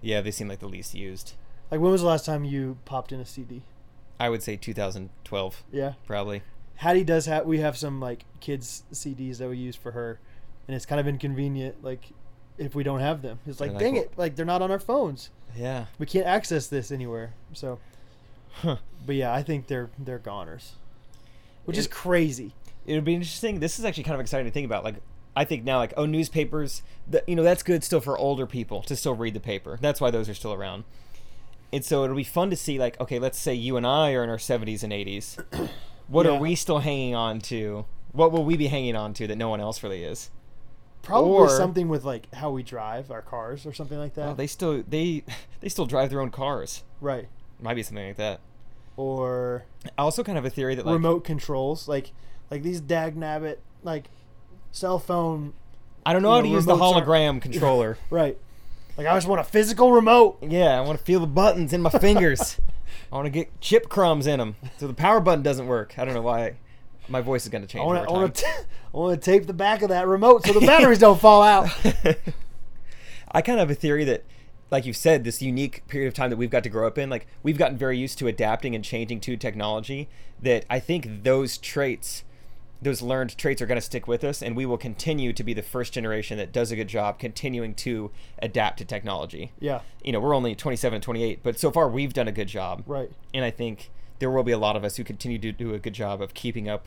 Speaker 1: Yeah, they seem like the least used.
Speaker 2: Like, when was the last time you popped in a CD?
Speaker 1: I would say 2012,
Speaker 2: Yeah.
Speaker 1: probably.
Speaker 2: Hattie does have. We have some like kids CDs that we use for her, and it's kind of inconvenient. Like, if we don't have them, it's like,
Speaker 1: They're like,
Speaker 2: dang
Speaker 1: "Well-"
Speaker 2: it! Like, they're not on our phones.
Speaker 1: Yeah.
Speaker 2: We can't access this anywhere. So,
Speaker 1: Huh.
Speaker 2: but yeah, I think they're they're goners, which is
Speaker 1: It-
Speaker 2: crazy.
Speaker 1: It would be interesting. This is actually kind of exciting to think about. Like, I think now, like, oh, newspapers, the, you know, that's good still for older people to still read the paper. That's why those are still around. And so it'll be fun to see, like, okay, let's say you and I are in our 70s and 80s. What
Speaker 2: Yeah.
Speaker 1: are we still hanging on to? What will we be hanging on to that no one else really is?
Speaker 2: Probably
Speaker 1: Or-
Speaker 2: something with like how we drive our cars or something like that.
Speaker 1: Oh, they still they they still drive their own cars.
Speaker 2: right.
Speaker 1: Might be something like that.
Speaker 2: Or
Speaker 1: I also kind of have a theory that like
Speaker 2: remote controls, like like these dag nabbit like cell phone.
Speaker 1: I don't know
Speaker 2: you
Speaker 1: how
Speaker 2: know,
Speaker 1: to use the
Speaker 2: remotes are-
Speaker 1: hologram controller.
Speaker 2: Right. Like I just want a physical remote.
Speaker 1: Yeah, I want to feel the buttons in my fingers. I want to get chip crumbs in them. So the power button doesn't work. I don't know why. My voice is going to
Speaker 2: I
Speaker 1: change.
Speaker 2: want to I
Speaker 1: over
Speaker 2: want
Speaker 1: time.
Speaker 2: to I want to tape the back of that remote so the batteries don't fall out.
Speaker 1: I kind of have a theory that, like you said, this unique period of time that we've got to grow up in, like we've gotten very used to adapting and changing to technology, that I think those traits, those learned traits, are going to stick with us, and we will continue to be the first generation that does a good job continuing to adapt to technology.
Speaker 2: Yeah.
Speaker 1: You know, we're only 27 and 28, but so far we've done a good job.
Speaker 2: Right.
Speaker 1: And I think there will be a lot of us who continue to do a good job of keeping up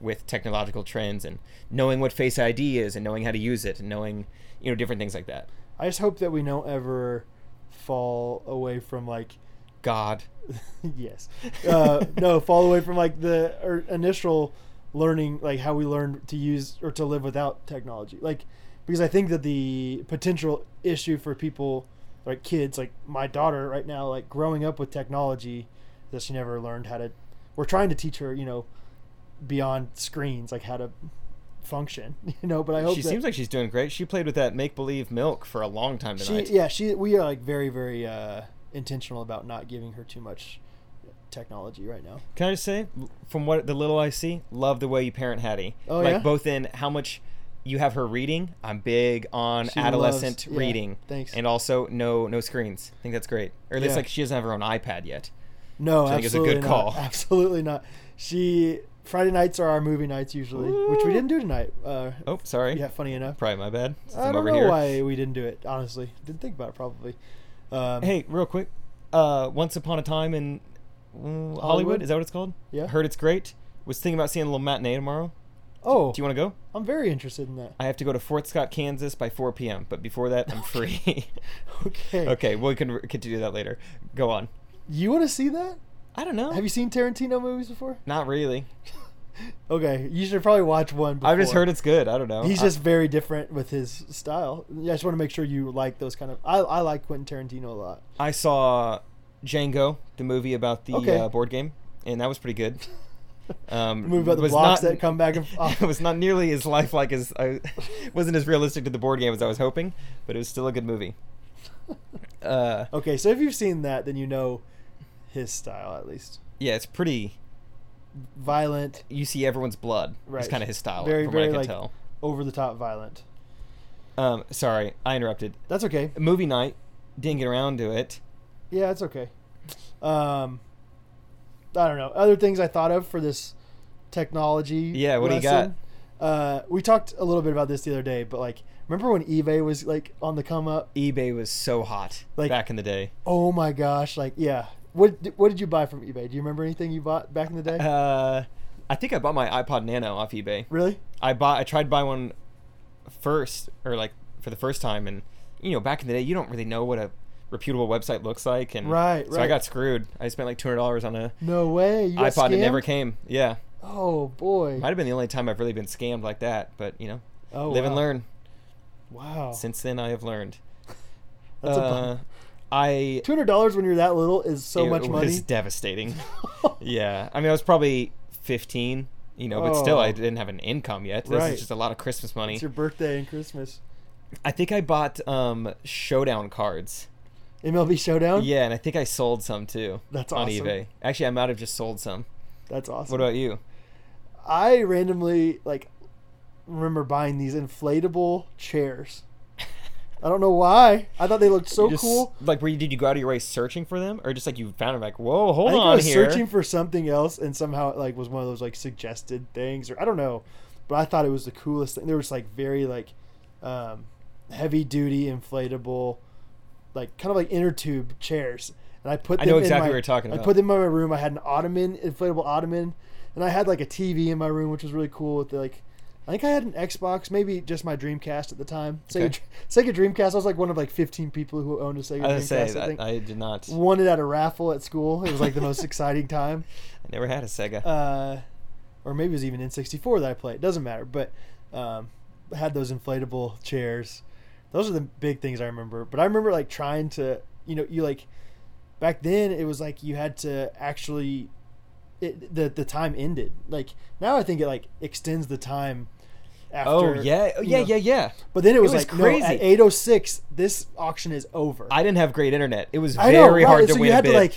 Speaker 1: with technological trends and knowing what Face ID is and knowing how to use it and knowing, you know, different things like that.
Speaker 2: I just hope that we don't ever fall away from like
Speaker 1: God.
Speaker 2: yes. Uh, no, fall away from like the or initial learning, like how we learned to use or to live without technology. Like, because I think that the potential issue for people, like kids, like my daughter right now, like growing up with technology, that she never learned how to. We're trying to teach her, you know, beyond screens, like how to function, you know. But I hope
Speaker 1: She
Speaker 2: that
Speaker 1: seems like she's doing great. She played with that make believe milk for a long time
Speaker 2: she,
Speaker 1: tonight.
Speaker 2: yeah, she. We are like very, very uh, intentional about not giving her too much technology right now.
Speaker 1: Can I just say, from what the little I see, love the way you parent Hattie.
Speaker 2: Oh,
Speaker 1: like
Speaker 2: yeah?
Speaker 1: both in how much you have her reading. I'm big on
Speaker 2: She
Speaker 1: adolescent
Speaker 2: loves- yeah,
Speaker 1: reading.
Speaker 2: thanks.
Speaker 1: And also no no screens. I think that's great. Or at least
Speaker 2: Yeah.
Speaker 1: like she doesn't have her own iPad yet.
Speaker 2: No,
Speaker 1: I think it's a
Speaker 2: absolutely
Speaker 1: good
Speaker 2: not.
Speaker 1: call.
Speaker 2: Absolutely not. She Friday nights are our movie nights usually, which we didn't do tonight. Uh,
Speaker 1: Oh, sorry.
Speaker 2: yeah, funny enough.
Speaker 1: Probably my bad. Since
Speaker 2: I
Speaker 1: am
Speaker 2: don't
Speaker 1: over
Speaker 2: know
Speaker 1: here.
Speaker 2: why we didn't do it. Honestly, didn't think about it probably. Um,
Speaker 1: Hey, real quick. Uh, Once Upon a Time in uh, Hollywood.
Speaker 2: Hollywood?
Speaker 1: Is that what it's called?
Speaker 2: Yeah.
Speaker 1: Heard it's great. Was thinking about seeing a little matinee tomorrow.
Speaker 2: Oh,
Speaker 1: Do you want to go?
Speaker 2: I'm very interested in that.
Speaker 1: I have to go to Fort Scott, Kansas by 4 p.m., but before that, I'm free.
Speaker 2: Okay.
Speaker 1: okay, well, we can re- continue that later. Go on.
Speaker 2: You want to see that?
Speaker 1: I don't know.
Speaker 2: Have you seen Tarantino movies before?
Speaker 1: Not really.
Speaker 2: Okay, you should probably watch one. Before.
Speaker 1: I've just heard it's good. I don't know.
Speaker 2: He's
Speaker 1: I-
Speaker 2: just very different with his style. I just want to make sure you like those kind of. I, I like Quentin Tarantino a lot.
Speaker 1: I saw Django, the movie about the
Speaker 2: Okay.
Speaker 1: uh, board game, and that was pretty good. Um,
Speaker 2: The movie about the
Speaker 1: was
Speaker 2: blocks
Speaker 1: not-
Speaker 2: that come back and oh.
Speaker 1: it was not nearly as lifelike as I wasn't as realistic to the board game as I was hoping, but it was still a good movie. Uh,
Speaker 2: Okay, so if you've seen that, then you know his style at least.
Speaker 1: yeah, it's pretty.
Speaker 2: Violent,
Speaker 1: You see everyone's blood. It's
Speaker 2: Right.
Speaker 1: kind of his style,
Speaker 2: Very,
Speaker 1: from
Speaker 2: very,
Speaker 1: what I
Speaker 2: like-
Speaker 1: can tell.
Speaker 2: over the top violent.
Speaker 1: Um, sorry, I interrupted.
Speaker 2: That's okay.
Speaker 1: Movie night, didn't get around to it.
Speaker 2: Yeah, it's okay. Um, I don't know. Other things I thought of for this technology.
Speaker 1: Yeah, what do you
Speaker 2: lesson? Uh, we talked a little bit about this the other day, but like, remember when eBay was like on the come up?
Speaker 1: eBay was so hot
Speaker 2: Like-
Speaker 1: back in the day.
Speaker 2: Oh my gosh! Like, yeah. What di- What did you buy from eBay? Do you remember anything you bought back in the day?
Speaker 1: Uh, I think I bought my iPod Nano off eBay.
Speaker 2: really?
Speaker 1: I bought I tried to buy one first or like for the first time and you know back in the day you don't really know what a reputable website looks like and
Speaker 2: Right,
Speaker 1: so I
Speaker 2: right.
Speaker 1: got screwed. I spent like two hundred dollars on a
Speaker 2: No way. You got
Speaker 1: iPod that never
Speaker 2: scammed?
Speaker 1: came. Yeah,
Speaker 2: Oh boy.
Speaker 1: might have been the only time I've really been scammed like that. But you know,
Speaker 2: Oh,
Speaker 1: live and
Speaker 2: wow.
Speaker 1: learn.
Speaker 2: Wow.
Speaker 1: Since then I have learned.
Speaker 2: That's a
Speaker 1: uh,
Speaker 2: bummer.
Speaker 1: I
Speaker 2: Two hundred dollars when you're that little is so
Speaker 1: it
Speaker 2: much money.
Speaker 1: was devastating. yeah, I mean I was probably fifteen. You know, but still, I
Speaker 2: Oh.
Speaker 1: didn't have an income yet. This
Speaker 2: Right.
Speaker 1: is just a lot of Christmas money.
Speaker 2: it's your birthday and Christmas.
Speaker 1: I think I bought um, showdown cards.
Speaker 2: MLB Showdown.
Speaker 1: Yeah, and I think I sold some too.
Speaker 2: That's
Speaker 1: on
Speaker 2: awesome.
Speaker 1: eBay. Actually, I might have just sold some.
Speaker 2: That's awesome.
Speaker 1: What about you?
Speaker 2: I randomly like remember buying these inflatable chairs. I don't know why. I thought they looked so
Speaker 1: You just-
Speaker 2: cool.
Speaker 1: Like, were you, did you go out of your way searching for them, or just like you found them? Like, whoa, hold
Speaker 2: I think
Speaker 1: on
Speaker 2: I was
Speaker 1: here.
Speaker 2: searching for something else, and somehow it like was one of those like suggested things, or I don't know. But I thought it was the coolest thing. There was like very like um, heavy duty inflatable, like kind of like inner tube chairs, and I put.
Speaker 1: I
Speaker 2: Them
Speaker 1: know
Speaker 2: in
Speaker 1: exactly
Speaker 2: my-
Speaker 1: what you're talking
Speaker 2: I
Speaker 1: about.
Speaker 2: put them in my room. I had an ottoman, inflatable ottoman, and I had like a TV in my room, which was really cool. With the, like, I think I had an Xbox, maybe just my Dreamcast at the time. Sega,
Speaker 1: Okay.
Speaker 2: Sega Dreamcast. I was like one of like 15 people who owned a Sega
Speaker 1: I
Speaker 2: Dreamcast.
Speaker 1: was gonna say
Speaker 2: I
Speaker 1: that
Speaker 2: think
Speaker 1: I did not. I
Speaker 2: won it at a raffle at school. It was like the most exciting time.
Speaker 1: never had a Sega.
Speaker 2: Uh, or maybe it was even in 64 that I played. Doesn't matter. But um, I had those inflatable chairs. Those are the big things I remember. But I remember like trying to, you know, you like back then it was like you had to actually it, the the time ended. Like now I think it like extends the time after
Speaker 1: oh yeah, oh,
Speaker 2: you
Speaker 1: yeah,
Speaker 2: know.
Speaker 1: yeah, yeah.
Speaker 2: But then it was,
Speaker 1: was
Speaker 2: like crazy.
Speaker 1: crazy.
Speaker 2: at 806 this auction is over.
Speaker 1: I didn't have great internet. It was
Speaker 2: I
Speaker 1: very
Speaker 2: know, right?
Speaker 1: hard to
Speaker 2: so
Speaker 1: win
Speaker 2: you had
Speaker 1: a bid.
Speaker 2: to like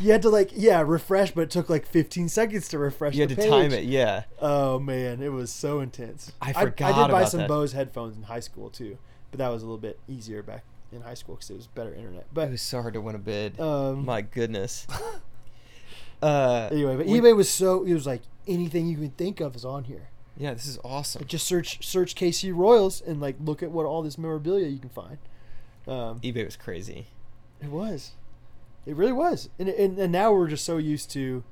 Speaker 2: you had to like yeah, refresh, but it took like 15 seconds to refresh
Speaker 1: you had
Speaker 2: the
Speaker 1: to time
Speaker 2: page.
Speaker 1: it. Yeah.
Speaker 2: Oh man, it was so intense.
Speaker 1: I
Speaker 2: I,
Speaker 1: forgot
Speaker 2: did buy
Speaker 1: about
Speaker 2: some
Speaker 1: that.
Speaker 2: Bose headphones in high school too, but that was a little bit easier back in high school because it was better internet.
Speaker 1: It
Speaker 2: But
Speaker 1: was so hard to win a bid.
Speaker 2: um,
Speaker 1: My goodness. Uh,
Speaker 2: anyway, but
Speaker 1: we-
Speaker 2: eBay was so it was like anything you can think of is on here.
Speaker 1: Yeah, this is awesome.
Speaker 2: Like just search search KC Royals and like look at what all this memorabilia you can find. Um,
Speaker 1: eBay was crazy.
Speaker 2: It was. It really was. And, and and now we're just so used to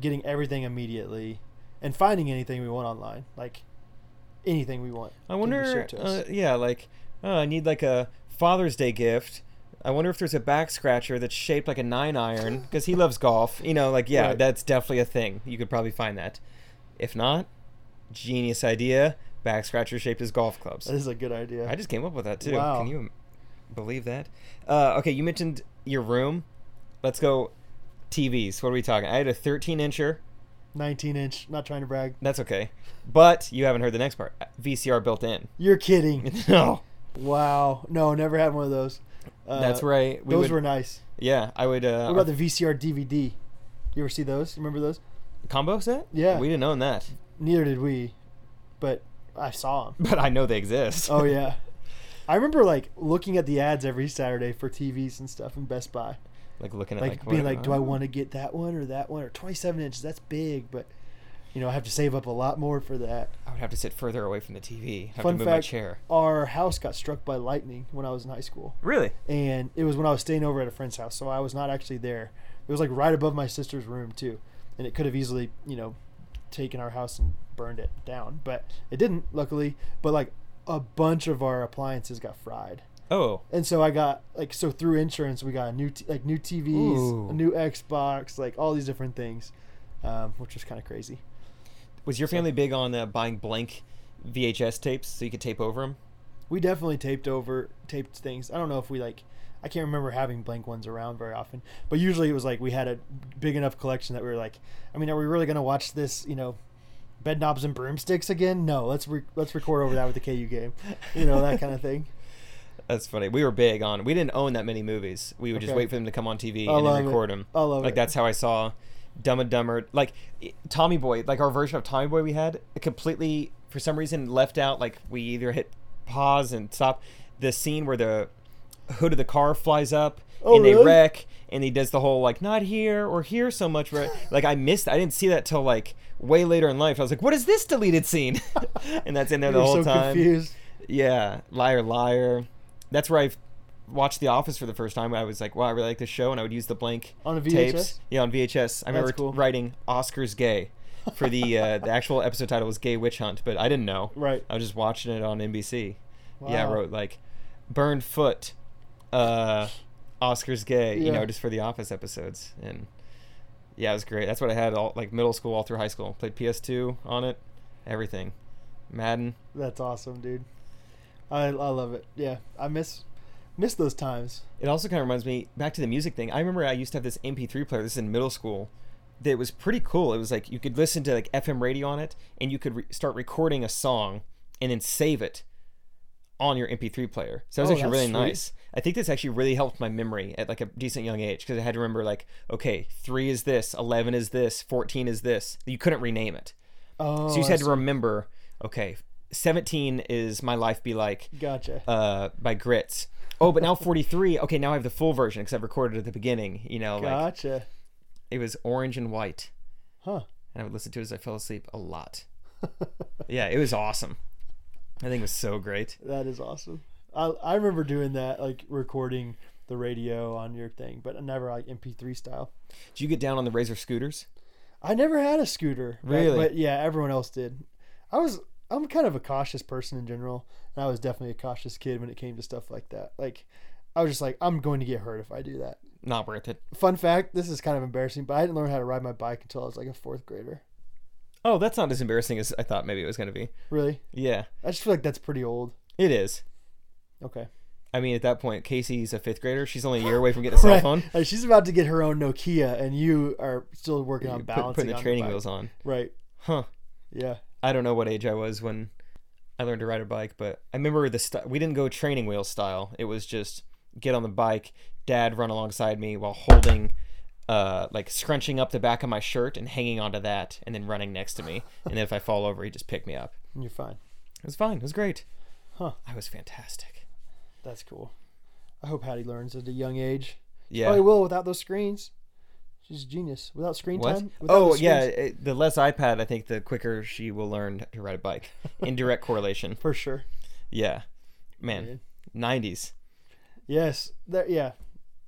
Speaker 2: getting everything immediately and finding anything we want online, like anything we want.
Speaker 1: I
Speaker 2: can be
Speaker 1: wonder.
Speaker 2: served to us.
Speaker 1: Uh, yeah, like oh, I need like a Father's Day gift. I wonder if there's a back scratcher that's shaped like a nine iron because he loves golf. You know, like yeah,
Speaker 2: Right.
Speaker 1: that's definitely a thing. You could probably find that. If not, genius idea. Back scratcher shaped as golf clubs.
Speaker 2: that is a good idea.
Speaker 1: I just came up with that too.
Speaker 2: Wow.
Speaker 1: Can you believe that? Uh, okay, you mentioned your room. Let's go. TVs. What are we talking? I had a 13 incher.
Speaker 2: 19 inch. Not trying to brag.
Speaker 1: That's okay. But you haven't heard the next part. VCR built in.
Speaker 2: You're kidding.
Speaker 1: no.
Speaker 2: wow. No, never had one of those. Uh,
Speaker 1: That's right. We
Speaker 2: those
Speaker 1: would-
Speaker 2: were nice.
Speaker 1: Yeah, I would. Uh,
Speaker 2: What about the VCR DVD? You ever see those? Remember those?
Speaker 1: combo set?
Speaker 2: Yeah.
Speaker 1: we didn't own that,
Speaker 2: Neither did we, but I saw them.
Speaker 1: but I know they exist.
Speaker 2: Oh yeah. I remember like looking at the ads every Saturday for TVs and stuff in Best Buy.
Speaker 1: like looking at
Speaker 2: like,
Speaker 1: like, uh, Uh-huh.
Speaker 2: being like, do I want to get that one or that one or 27 inches? That's big, but you know, I have to save up a lot more for that.
Speaker 1: I would have to sit further away from the TV. I have
Speaker 2: Fun
Speaker 1: to move my
Speaker 2: fact:
Speaker 1: chair.
Speaker 2: Our house got struck by lightning when I was in high school,
Speaker 1: Really?
Speaker 2: and it was when I was staying over at a friend's house, so I was not actually there. It was like right above my sister's room too, and it could have easily, you know, taken our house and burned it down, but it didn't, luckily. But like a bunch of our appliances got fried.
Speaker 1: Oh,
Speaker 2: And so I got like so through insurance we got a new t- like new TVs,
Speaker 1: Ooh.
Speaker 2: a new Xbox, like all these different things, um, which was kind of crazy.
Speaker 1: was your family big on uh, buying blank VHS tapes so you could tape over them?
Speaker 2: We definitely taped over taped things. I don't know if we like I can't remember having blank ones around very often, but usually it was like we had a big enough collection that we were like, I mean, are we really gonna watch this? You know, bed knobs and broomsticks again? No, let's re- let's record over that with the KU game, you know that kind of thing.
Speaker 1: That's funny. We were big on. We didn't own that many movies. We would just
Speaker 2: Okay.
Speaker 1: wait for them to come on TV
Speaker 2: I
Speaker 1: and
Speaker 2: love
Speaker 1: then
Speaker 2: it.
Speaker 1: record them.
Speaker 2: I love
Speaker 1: like
Speaker 2: it.
Speaker 1: that's how I saw Dumb and Dumber. Like i- Tommy Boy. Like our version of Tommy Boy we had completely for some reason left out. Like we either hit pause and stop the scene where the hood of the car flies up
Speaker 2: Oh,
Speaker 1: and they
Speaker 2: really?
Speaker 1: wreck and he does the whole like not here or here so much. Right? like I missed. I didn't see that till like way later in life. I was like, what is this deleted scene? and that's in there
Speaker 2: We
Speaker 1: the
Speaker 2: were
Speaker 1: whole
Speaker 2: so
Speaker 1: time.
Speaker 2: confused.
Speaker 1: Yeah, liar, liar. That's where I watched The Office for the first time. I was like, wow, I really like this show, and I would use the blank
Speaker 2: On a VHS?
Speaker 1: tapes. Yeah, on VHS. I remember
Speaker 2: cool.
Speaker 1: writing "Oscars Gay" for the uh, the actual episode title was "Gay Witch Hunt," but I didn't know.
Speaker 2: Right.
Speaker 1: I was just watching it on NBC. Yeah, I
Speaker 2: Wow.
Speaker 1: wrote like "Burned Foot," uh, "Oscars Gay," you
Speaker 2: Yeah.
Speaker 1: know, just for the Office episodes, and yeah, it was great. That's what I had all like middle school, all through high school. Played PS2 on it, everything, Madden.
Speaker 2: That's awesome, dude. I I love it. Yeah, I miss miss those times.
Speaker 1: It also kind of reminds me back to the music thing. I remember I used to have this MP3 player. This is in middle school. That was pretty cool. It was like you could listen to like FM radio on it, and you could re- start recording a song and then save it on your MP3 player. So that was
Speaker 2: Oh,
Speaker 1: actually
Speaker 2: that's
Speaker 1: really
Speaker 2: sweet.
Speaker 1: nice. I think this actually really helped my memory at like a decent young age because I had to remember like, okay, three is this, eleven is this, fourteen is this. You couldn't rename it,
Speaker 2: Oh,
Speaker 1: so you just
Speaker 2: I
Speaker 1: had
Speaker 2: see.
Speaker 1: to remember. Okay, seventeen is my life be like
Speaker 2: gotcha.
Speaker 1: uh, by Grits. Oh, but now 43. Okay, now I have the full version because I've recorded at the beginning. You know, like
Speaker 2: gotcha.
Speaker 1: it was orange and white,
Speaker 2: Huh.
Speaker 1: and I would listen to it as I fell asleep a lot. yeah, it was awesome. I think it was so great.
Speaker 2: That is awesome. I I remember doing that, like recording the radio on your thing, but never like MP3 style.
Speaker 1: Did you get down on the Razor scooters?
Speaker 2: I never had a scooter. but-
Speaker 1: Really?
Speaker 2: But yeah, everyone else did. I was I'm kind of a cautious person in general, and I was definitely a cautious kid when it came to stuff like that. Like I was just like, I'm going to get hurt if I do that.
Speaker 1: Not worth it.
Speaker 2: Fun fact, this is kind of embarrassing, but I didn't learn how to ride my bike until I was like a fourth grader.
Speaker 1: Oh, that's not as embarrassing as I thought maybe it was going to be.
Speaker 2: Really?
Speaker 1: Yeah,
Speaker 2: I just feel like that's pretty old.
Speaker 1: it is.
Speaker 2: Okay.
Speaker 1: I mean, at that point, Casey's a fifth grader. She's only a year away from getting a cell phone.
Speaker 2: Like, she's about to get her own Nokia, and you are still working on
Speaker 1: Put-
Speaker 2: balancing
Speaker 1: putting the
Speaker 2: on
Speaker 1: training
Speaker 2: bike.
Speaker 1: wheels on.
Speaker 2: Right.
Speaker 1: Huh.
Speaker 2: Yeah.
Speaker 1: I don't know what age I was when I learned to ride a bike, but I remember the st- we didn't go training wheel style. It was just get on the bike, dad run alongside me while holding uh like scrunching up the back of my shirt and hanging onto that and then running next to me. and then if I fall over, he just picked me up.
Speaker 2: You're fine.
Speaker 1: It was fine. It was great.
Speaker 2: Huh.
Speaker 1: I was fantastic.
Speaker 2: That's cool. I hope Hattie learns at a young age.
Speaker 1: Yeah.
Speaker 2: Probably will without those screens. She's a genius. Without screen
Speaker 1: What?
Speaker 2: time. without
Speaker 1: Oh
Speaker 2: those
Speaker 1: yeah,
Speaker 2: screens-
Speaker 1: it- the less iPad, I think the quicker she will learn to ride a bike. In direct correlation.
Speaker 2: for sure.
Speaker 1: Yeah. Man, 90s.
Speaker 2: Yes. There. Yeah.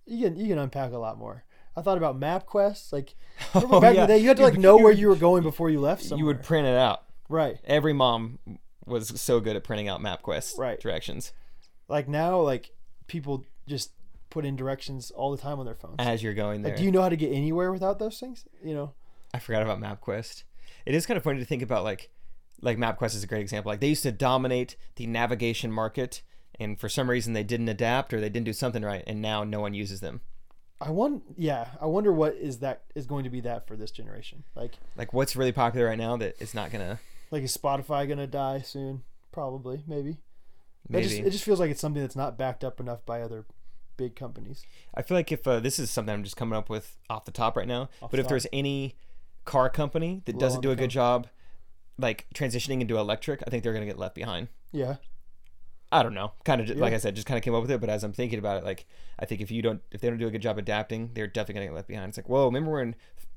Speaker 2: You can you can unpack a lot more. I thought about MapQuest. Like
Speaker 1: Oh,
Speaker 2: back in
Speaker 1: yeah.
Speaker 2: the day, you had to like
Speaker 1: You-
Speaker 2: know
Speaker 1: you-
Speaker 2: where you were going before you left. Somewhere.
Speaker 1: You would print it out.
Speaker 2: right.
Speaker 1: every mom was so good at printing out MapQuest
Speaker 2: Right.
Speaker 1: directions
Speaker 2: Like now, like people just put in directions all the time on their phones.
Speaker 1: as you're going there.
Speaker 2: Like, Uh, do you know how to get anywhere without those things? You know.
Speaker 1: I forgot about MapQuest. It is kind of funny to think about, like, like MapQuest is a great example. Like they used to dominate the navigation market, and for some reason they didn't adapt or they didn't do something right, and now no one uses them.
Speaker 2: I won. Yeah. I wonder what is that is going to be that for this generation. Like
Speaker 1: Like what's really popular right now that it's not gonna
Speaker 2: Like is Spotify gonna die soon? Probably, maybe. It
Speaker 1: maybe.
Speaker 2: just it just feels like it's something that's not backed up enough by other big companies.
Speaker 1: I feel like if uh, this is something I'm just coming up with off the top right now, but
Speaker 2: the
Speaker 1: if
Speaker 2: top.
Speaker 1: there's any car company that
Speaker 2: on
Speaker 1: doesn't do
Speaker 2: the
Speaker 1: a good job, like transitioning into electric, I think they're gonna get left behind.
Speaker 2: Yeah.
Speaker 1: I don't know. Kind of like I said, just kind of came up with it. But as I'm thinking about it, like I think if you don't, if they don't do a good job adapting, they're definitely gonna get left behind. It's like, whoa, remember when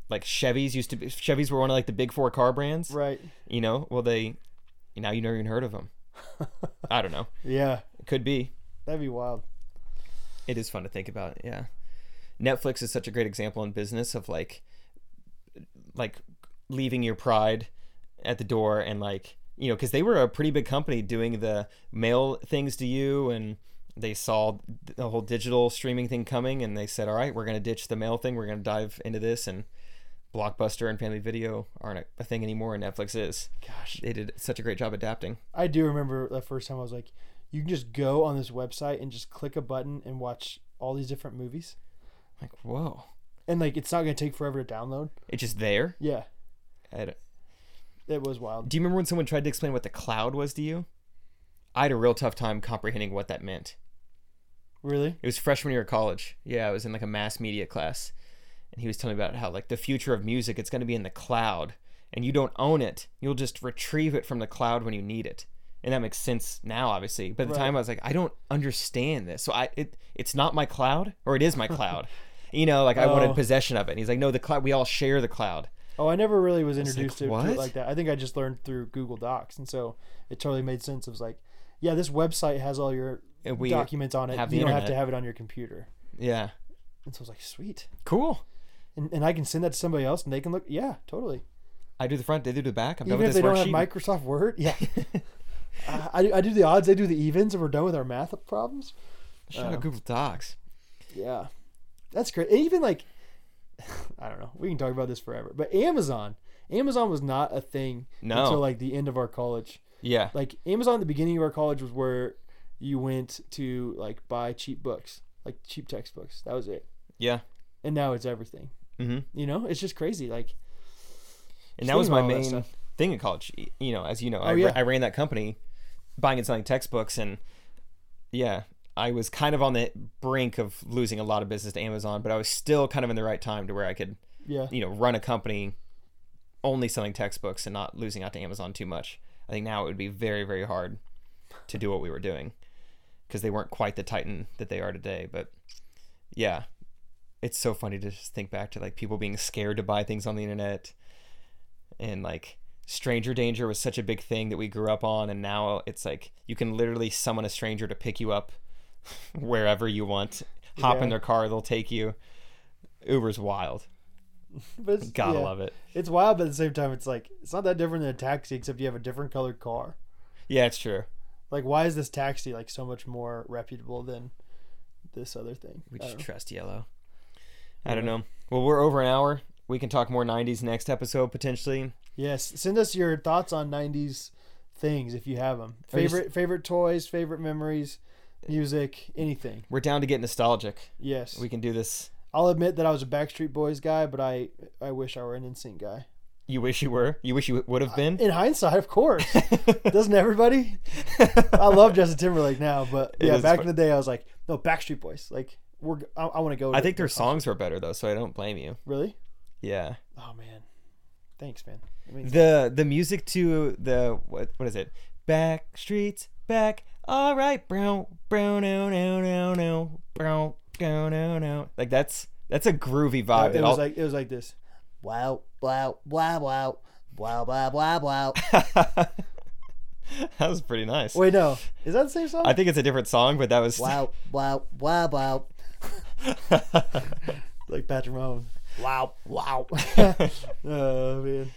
Speaker 1: like Chevys used to be? Chevys were one of like the big four car brands.
Speaker 2: Right.
Speaker 1: You know, well they now you never even heard of them. I don't know.
Speaker 2: Yeah.
Speaker 1: It could be.
Speaker 2: That'd be wild.
Speaker 1: It is fun to think about. Yeah, Netflix is such a great example in business of like, like leaving your pride at the door and like you know because they were a pretty big company doing the mail things to you and they saw the whole digital streaming thing coming and they said all right we're going to ditch the mail thing we're going to dive into this and blockbuster and family video aren't a, a thing anymore and netflix is
Speaker 2: Gosh,
Speaker 1: they did such a great job adapting
Speaker 2: I do remember the first time I was like, you can just go on this website and just click a button and watch all these different movies,
Speaker 1: like whoa
Speaker 2: and like it's not gonna take forever to download.
Speaker 1: it's just there
Speaker 2: Yeah,
Speaker 1: I don't-
Speaker 2: it was wild.
Speaker 1: do you remember when someone tried to explain what the cloud was to you i had a real tough time comprehending what that meant
Speaker 2: Really?
Speaker 1: It was freshman year of college. Yeah, I was in like a mass media class, and he was telling me about how like the future of music it's going to be in the cloud, and you don't own it. You'll just retrieve it from the cloud when you need it, and that makes sense now, obviously. But at the
Speaker 2: Right.
Speaker 1: time, I was like, I don't understand this. So I it it's not my cloud, or it is my cloud. you know, like I
Speaker 2: Oh.
Speaker 1: wanted possession of it. And he's like, no, the cloud. We all share the cloud.
Speaker 2: Oh, I never really was introduced to- to
Speaker 1: what?
Speaker 2: it like that. I think I just learned through Google Docs, and so it totally made sense. It was like, yeah, this website has all your
Speaker 1: And we
Speaker 2: documents on it.
Speaker 1: have
Speaker 2: you
Speaker 1: the
Speaker 2: don't have to
Speaker 1: internet.
Speaker 2: have it on your computer.
Speaker 1: Yeah,
Speaker 2: And so I was like, sweet.
Speaker 1: cool.
Speaker 2: And, and I can send that to somebody else, and they can look. Yeah, totally.
Speaker 1: I do the front, they do the back. I'm done
Speaker 2: Even
Speaker 1: with
Speaker 2: if
Speaker 1: this
Speaker 2: they don't have
Speaker 1: worksheet.
Speaker 2: Microsoft Word, yeah. I, I do- I do the odds, they do the evens, and we're done with our math problems.
Speaker 1: Shut up, Google Docs.
Speaker 2: Yeah, that's great. And even like, I don't know, we can talk about this forever. But Amazon, Amazon was not a thing
Speaker 1: No.
Speaker 2: until like the end of our college.
Speaker 1: Yeah,
Speaker 2: Like Amazon, at the beginning of our college was where you went to like buy cheap books, like cheap textbooks. That was it.
Speaker 1: yeah.
Speaker 2: And now it's everything.
Speaker 1: Mm-hmm.
Speaker 2: You know, it's just crazy. Like,
Speaker 1: and that was
Speaker 2: thinking
Speaker 1: my
Speaker 2: about all that
Speaker 1: main
Speaker 2: stuff. Oh,
Speaker 1: thing in college. Y- You know, as you know, I,
Speaker 2: yeah.
Speaker 1: ra- I ran that company, buying and selling textbooks, and yeah, I was kind of on the brink of losing a lot of business to Amazon, but I was still kind of in the right time to where I could,
Speaker 2: yeah,
Speaker 1: you know, run a company only selling textbooks and not losing out to Amazon too much. I think now it would be very, very hard to do what we were doing because they weren't quite the titan that they are today. But yeah, it's so funny to just think back to like people being scared to buy things on the internet and like stranger danger was such a big thing that we grew up on and now it's like you can literally summon a stranger to pick you up wherever you want hop
Speaker 2: Yeah.
Speaker 1: in their car they'll take you uber's wild
Speaker 2: but it's,
Speaker 1: gotta
Speaker 2: yeah.
Speaker 1: love it
Speaker 2: It's wild, but at the same time, it's like it's not that different than a taxi, except you have a different colored car.
Speaker 1: yeah it's true
Speaker 2: Like, why is this taxi like so much more reputable than this other thing?
Speaker 1: We
Speaker 2: I
Speaker 1: just
Speaker 2: don't know.
Speaker 1: trust yellow. I don't know. Well, we're over an hour. We can talk more 90s next episode potentially.
Speaker 2: Yes, send us your thoughts on '90s things if you have them.
Speaker 1: Or just-
Speaker 2: Favorite favorite toys, favorite memories, music, anything.
Speaker 1: We're down to get nostalgic.
Speaker 2: Yes,
Speaker 1: We can do this.
Speaker 2: I'll admit that I was a Backstreet Boys guy, but I I wish I were an NSYNC guy.
Speaker 1: You wish you were. You wish you would have been.
Speaker 2: In hindsight, of course, doesn't everybody? I love Justin Timberlake now, but
Speaker 1: It
Speaker 2: yeah,
Speaker 1: is
Speaker 2: back
Speaker 1: fun.
Speaker 2: in the day, I was like, no, Backstreet Boys. Like, we're I, I want to go.
Speaker 1: I
Speaker 2: to-
Speaker 1: think their songs were better though, so I don't blame you.
Speaker 2: really.
Speaker 1: Yeah.
Speaker 2: Oh man, thanks, man. I mean,
Speaker 1: The the music to the what what is it? Back streets back. All right, brown brown no no no no brown no no no. Like that's that's a groovy vibe.
Speaker 2: it
Speaker 1: It
Speaker 2: was
Speaker 1: all-
Speaker 2: like it was like this. Wow, wow, wow, wow, wow, wow, wow, wow.
Speaker 1: that was pretty nice.
Speaker 2: Wait, no, is that the same song?
Speaker 1: I think it's a different song, but that was
Speaker 2: wow, wow, wow, wow. Like Patrick Mahomes. Wow, wow. oh man,
Speaker 1: Either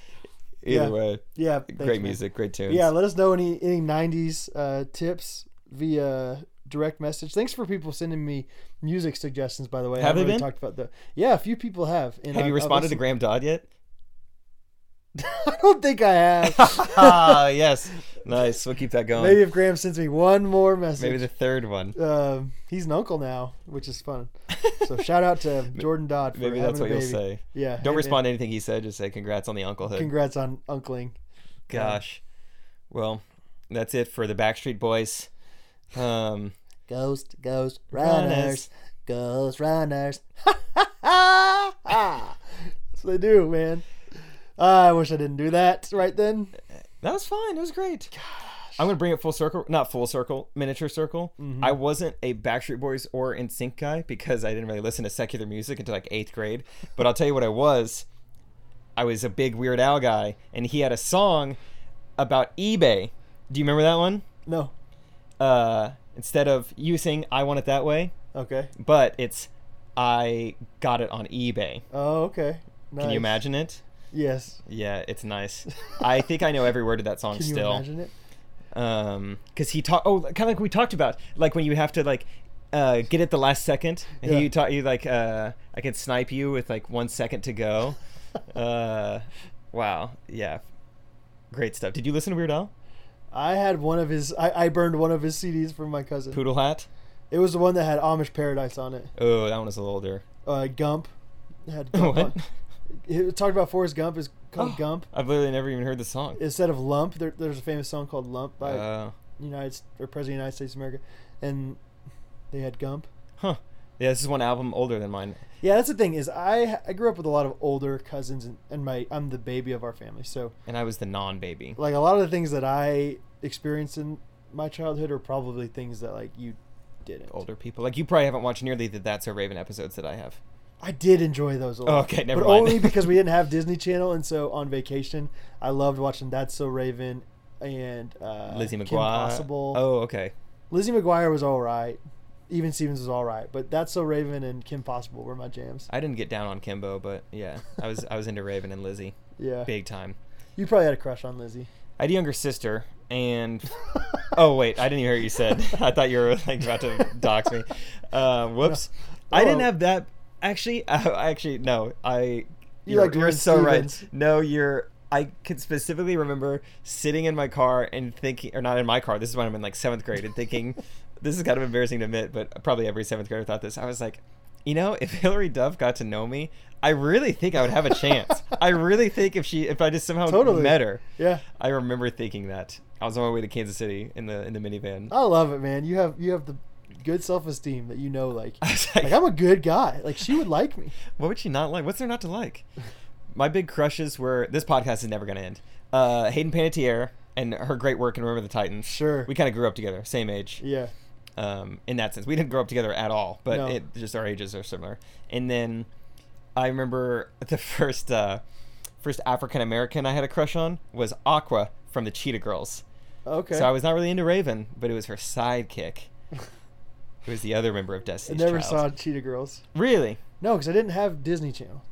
Speaker 2: Yeah.
Speaker 1: way,
Speaker 2: yeah. thanks,
Speaker 1: great
Speaker 2: man.
Speaker 1: music, great tunes.
Speaker 2: Yeah, let us know any any '90s uh, tips via direct message. Thanks for people sending me music suggestions. By the way, I
Speaker 1: Have they
Speaker 2: haven't really
Speaker 1: been?
Speaker 2: talked about the. Yeah, a few people have. And
Speaker 1: Have you responded to Graham Dodd yet?
Speaker 2: I don't think I have.
Speaker 1: ah, yes. Nice. We'll keep that going.
Speaker 2: Maybe
Speaker 1: Maybe,
Speaker 2: if Graham sends me one more message.
Speaker 1: the third one.
Speaker 2: um, he's an uncle now, which is fun. So shout out to Jordan Dodd for
Speaker 1: Maybe
Speaker 2: having
Speaker 1: that's
Speaker 2: a
Speaker 1: what you'll
Speaker 2: baby.
Speaker 1: say.
Speaker 2: Yeah. hey,
Speaker 1: Don't
Speaker 2: man,
Speaker 1: respond to anything he said. Just say congrats on the unclehood.
Speaker 2: Congrats on uncling.
Speaker 1: Gosh. Well, that's it for the Backstreet Boys. Um,
Speaker 2: Ghost, ghost
Speaker 1: Runners.
Speaker 2: ghost runners. That's what they do, man. Ah, I wish I didn't do that right then.
Speaker 1: that was fun. It was great. I'm gonna bring it full circle. Not full circle, miniature circle.
Speaker 2: Mm-hmm.
Speaker 1: I wasn't a Backstreet Boys or NSYNC guy because I didn't really listen to secular music until like eighth grade. But I'll tell you what I was. I was a big Weird Al guy, and he had a song about eBay. Do you remember that one?
Speaker 2: No.
Speaker 1: Uh, instead of you saying "I want it that way,"
Speaker 2: Okay.
Speaker 1: but it's "I got it on eBay."
Speaker 2: Oh, okay. Nice.
Speaker 1: Can you imagine it?
Speaker 2: Yes.
Speaker 1: Yeah, it's nice. I think I know every word of that song
Speaker 2: Can you
Speaker 1: still.
Speaker 2: imagine it?
Speaker 1: Um, because he talked. Oh, kind of like we talked about, like when you have to like uh, get it the last second. And
Speaker 2: Yeah.
Speaker 1: You taught you like uh, I can snipe you with like one second to go. uh, wow. Yeah. Great stuff. Did you listen to Weird Al?
Speaker 2: I had one of his. I, I burned one of his CDs from my cousin.
Speaker 1: Poodle Hat.
Speaker 2: It was the one that had Amish Paradise on it.
Speaker 1: Oh, that one was a little older.
Speaker 2: Uh, Gump. It had Gump
Speaker 1: what?
Speaker 2: on- It talked about Forrest Gump. It's called
Speaker 1: Oh,
Speaker 2: Gump.
Speaker 1: I've literally never even heard the song.
Speaker 2: Instead of Lump, there, there's a famous song called Lump by
Speaker 1: Uh,
Speaker 2: United S- or President of the United States of America, and they had Gump.
Speaker 1: huh. Yeah, this is one album older than mine.
Speaker 2: Yeah, that's the thing is I I grew up with a lot of older cousins and, and my I'm the baby of our family, so
Speaker 1: And I was the non baby.
Speaker 2: like a lot of the things that I experienced in my childhood are probably things that like you didn't.
Speaker 1: Older people. Like, you probably haven't watched nearly the That's So Raven episodes that I have.
Speaker 2: I did enjoy those a lot.
Speaker 1: Okay, never
Speaker 2: but
Speaker 1: mind.
Speaker 2: only because we didn't have Disney Channel, and so on vacation, I loved watching That's So Raven and uh,
Speaker 1: Lizzie
Speaker 2: Kim
Speaker 1: McGuire.
Speaker 2: Possible.
Speaker 1: Oh, okay.
Speaker 2: Lizzie McGuire was all right. Even Stevens was all right, but That's So Raven and Kim Possible were my jams.
Speaker 1: I didn't get down on Kimbo, but yeah, I was I was into Raven and Lizzie
Speaker 2: yeah,
Speaker 1: big time.
Speaker 2: you probably had a crush on Lizzie.
Speaker 1: I had a younger sister, and oh wait, I didn't hear what you said. I thought you were like about to dox me. Uh, whoops,
Speaker 2: No.
Speaker 1: I didn't
Speaker 2: Oh.
Speaker 1: have that. Actually, I, actually no. I
Speaker 2: You
Speaker 1: you're,
Speaker 2: liked
Speaker 1: you're
Speaker 2: Lynn
Speaker 1: so right.
Speaker 2: Stevens.
Speaker 1: No, you're. I can specifically remember sitting in my car and thinking, or not in my car. This is when I'm in like seventh grade and thinking, this is kind of embarrassing to admit, but probably every seventh grader thought this. I was like, you know, if Hillary Duff got to know me, I really think I would have a chance. I really think if she, if I just somehow
Speaker 2: Totally.
Speaker 1: met her,
Speaker 2: Yeah,
Speaker 1: I remember thinking that. I was on my way to Kansas City in the in the minivan.
Speaker 2: I love it, man. You have you have the good self esteem that you know, like,
Speaker 1: I was
Speaker 2: like I'm a good guy. Like she would like me.
Speaker 1: What would she not like? What's there not to like? My big crushes were this podcast is never going to end. Uh, Hayden Panettiere and her great work in Remember the Titans.
Speaker 2: Sure.
Speaker 1: We kind of grew up together, same age.
Speaker 2: Yeah,
Speaker 1: Um, in that sense, we didn't grow up together at all, but
Speaker 2: No.
Speaker 1: it just our ages are similar. And then I remember the first uh, first African American I had a crush on was Aqua from the Cheetah Girls.
Speaker 2: okay.
Speaker 1: So I was not really into Raven, but it was her sidekick. It was the other member of
Speaker 2: I
Speaker 1: Destiny's
Speaker 2: never saw
Speaker 1: Child.
Speaker 2: Cheetah Girls.
Speaker 1: Really?
Speaker 2: No, because I didn't have Disney Channel,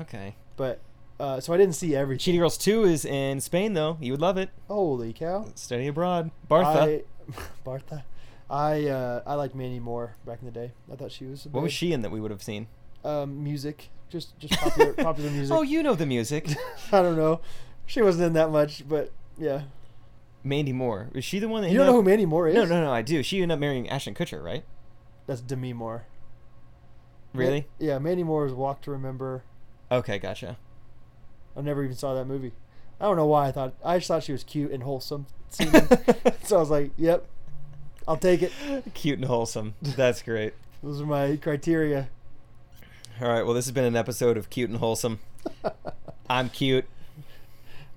Speaker 1: Okay.
Speaker 2: but uh, so I didn't see every.
Speaker 1: Cheetah Girls 2 is in Spain, though. You would love it.
Speaker 2: Holy cow!
Speaker 1: Study abroad. Bartha.
Speaker 2: I, Bartha. I uh, I liked Manny Moore back in the day. I thought she was.
Speaker 1: What was she in that we would have seen?
Speaker 2: Um, music, just just popular popular music.
Speaker 1: Oh, you know the music.
Speaker 2: I don't know. She wasn't in that much, but yeah.
Speaker 1: Mandy Moore. Is she the one that.
Speaker 2: You don't know who Manny Moore is?
Speaker 1: No, no, no, I do. She ended up marrying Ashton Kutcher, right?
Speaker 2: That's Demi Moore.
Speaker 1: Really?
Speaker 2: Ma- yeah, Manny Moore's Walk to Remember.
Speaker 1: Okay, gotcha.
Speaker 2: I never even saw that movie. I don't know why I thought. I just thought she was cute and wholesome. seeming. so I was like, "Yep, I'll take it."
Speaker 1: Cute and wholesome. That's great.
Speaker 2: Those are my criteria.
Speaker 1: All right, well, this has been an episode of Cute and Wholesome. I'm cute,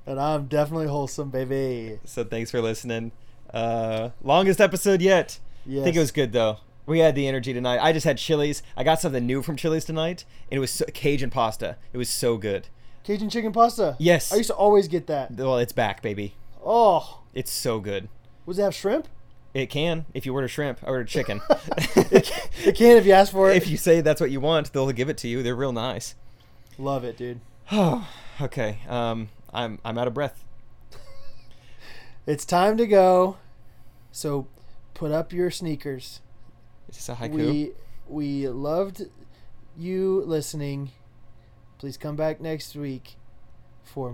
Speaker 2: and I'm definitely wholesome, baby.
Speaker 1: so thanks for listening. Uh, longest episode yet. I think it
Speaker 2: Yes.
Speaker 1: was good though. We had the energy tonight. I just had Chili's. I got something new from Chili's tonight, and it was so, Cajun pasta. It was so good.
Speaker 2: Cajun chicken pasta.
Speaker 1: Yes.
Speaker 2: I used to always get that.
Speaker 1: Well, it's back, baby.
Speaker 2: Oh,
Speaker 1: It's so good.
Speaker 2: was it have shrimp?
Speaker 1: It can if you order shrimp. I ordered chicken.
Speaker 2: It can, it can if you ask for it.
Speaker 1: if you say that's what you want, they'll give it to you. They're real nice.
Speaker 2: love it, dude.
Speaker 1: Oh, okay. Um, I'm I'm out of breath.
Speaker 2: It's time to go. So, put up your sneakers.
Speaker 1: Is this a haiku?
Speaker 2: We we loved you listening. Please come back next week for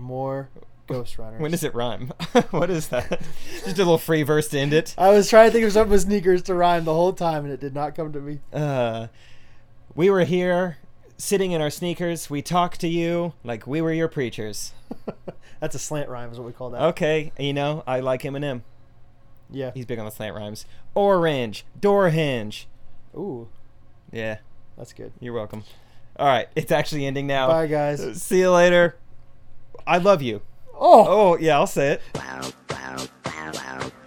Speaker 2: more Ghost Runners.
Speaker 1: when does it rhyme? what is that? Just a little free verse to end it.
Speaker 2: I was trying to think of something with sneakers to rhyme the whole time, and it did not come to me.
Speaker 1: uh, we were here sitting in our sneakers. We talked to you like we were your preachers.
Speaker 2: That's a slant rhyme, is what we call that.
Speaker 1: Okay, you know, I like Eminem.
Speaker 2: Yeah.
Speaker 1: He's big on the slant rhymes. Orange, door hinge.
Speaker 2: Ooh,
Speaker 1: Yeah,
Speaker 2: that's good.
Speaker 1: you're welcome. All right, it's actually ending now.
Speaker 2: Bye, guys.
Speaker 1: See you later. I love you.
Speaker 2: Oh.
Speaker 1: Oh, yeah, I'll say it.
Speaker 3: wow, wow, wow, wow.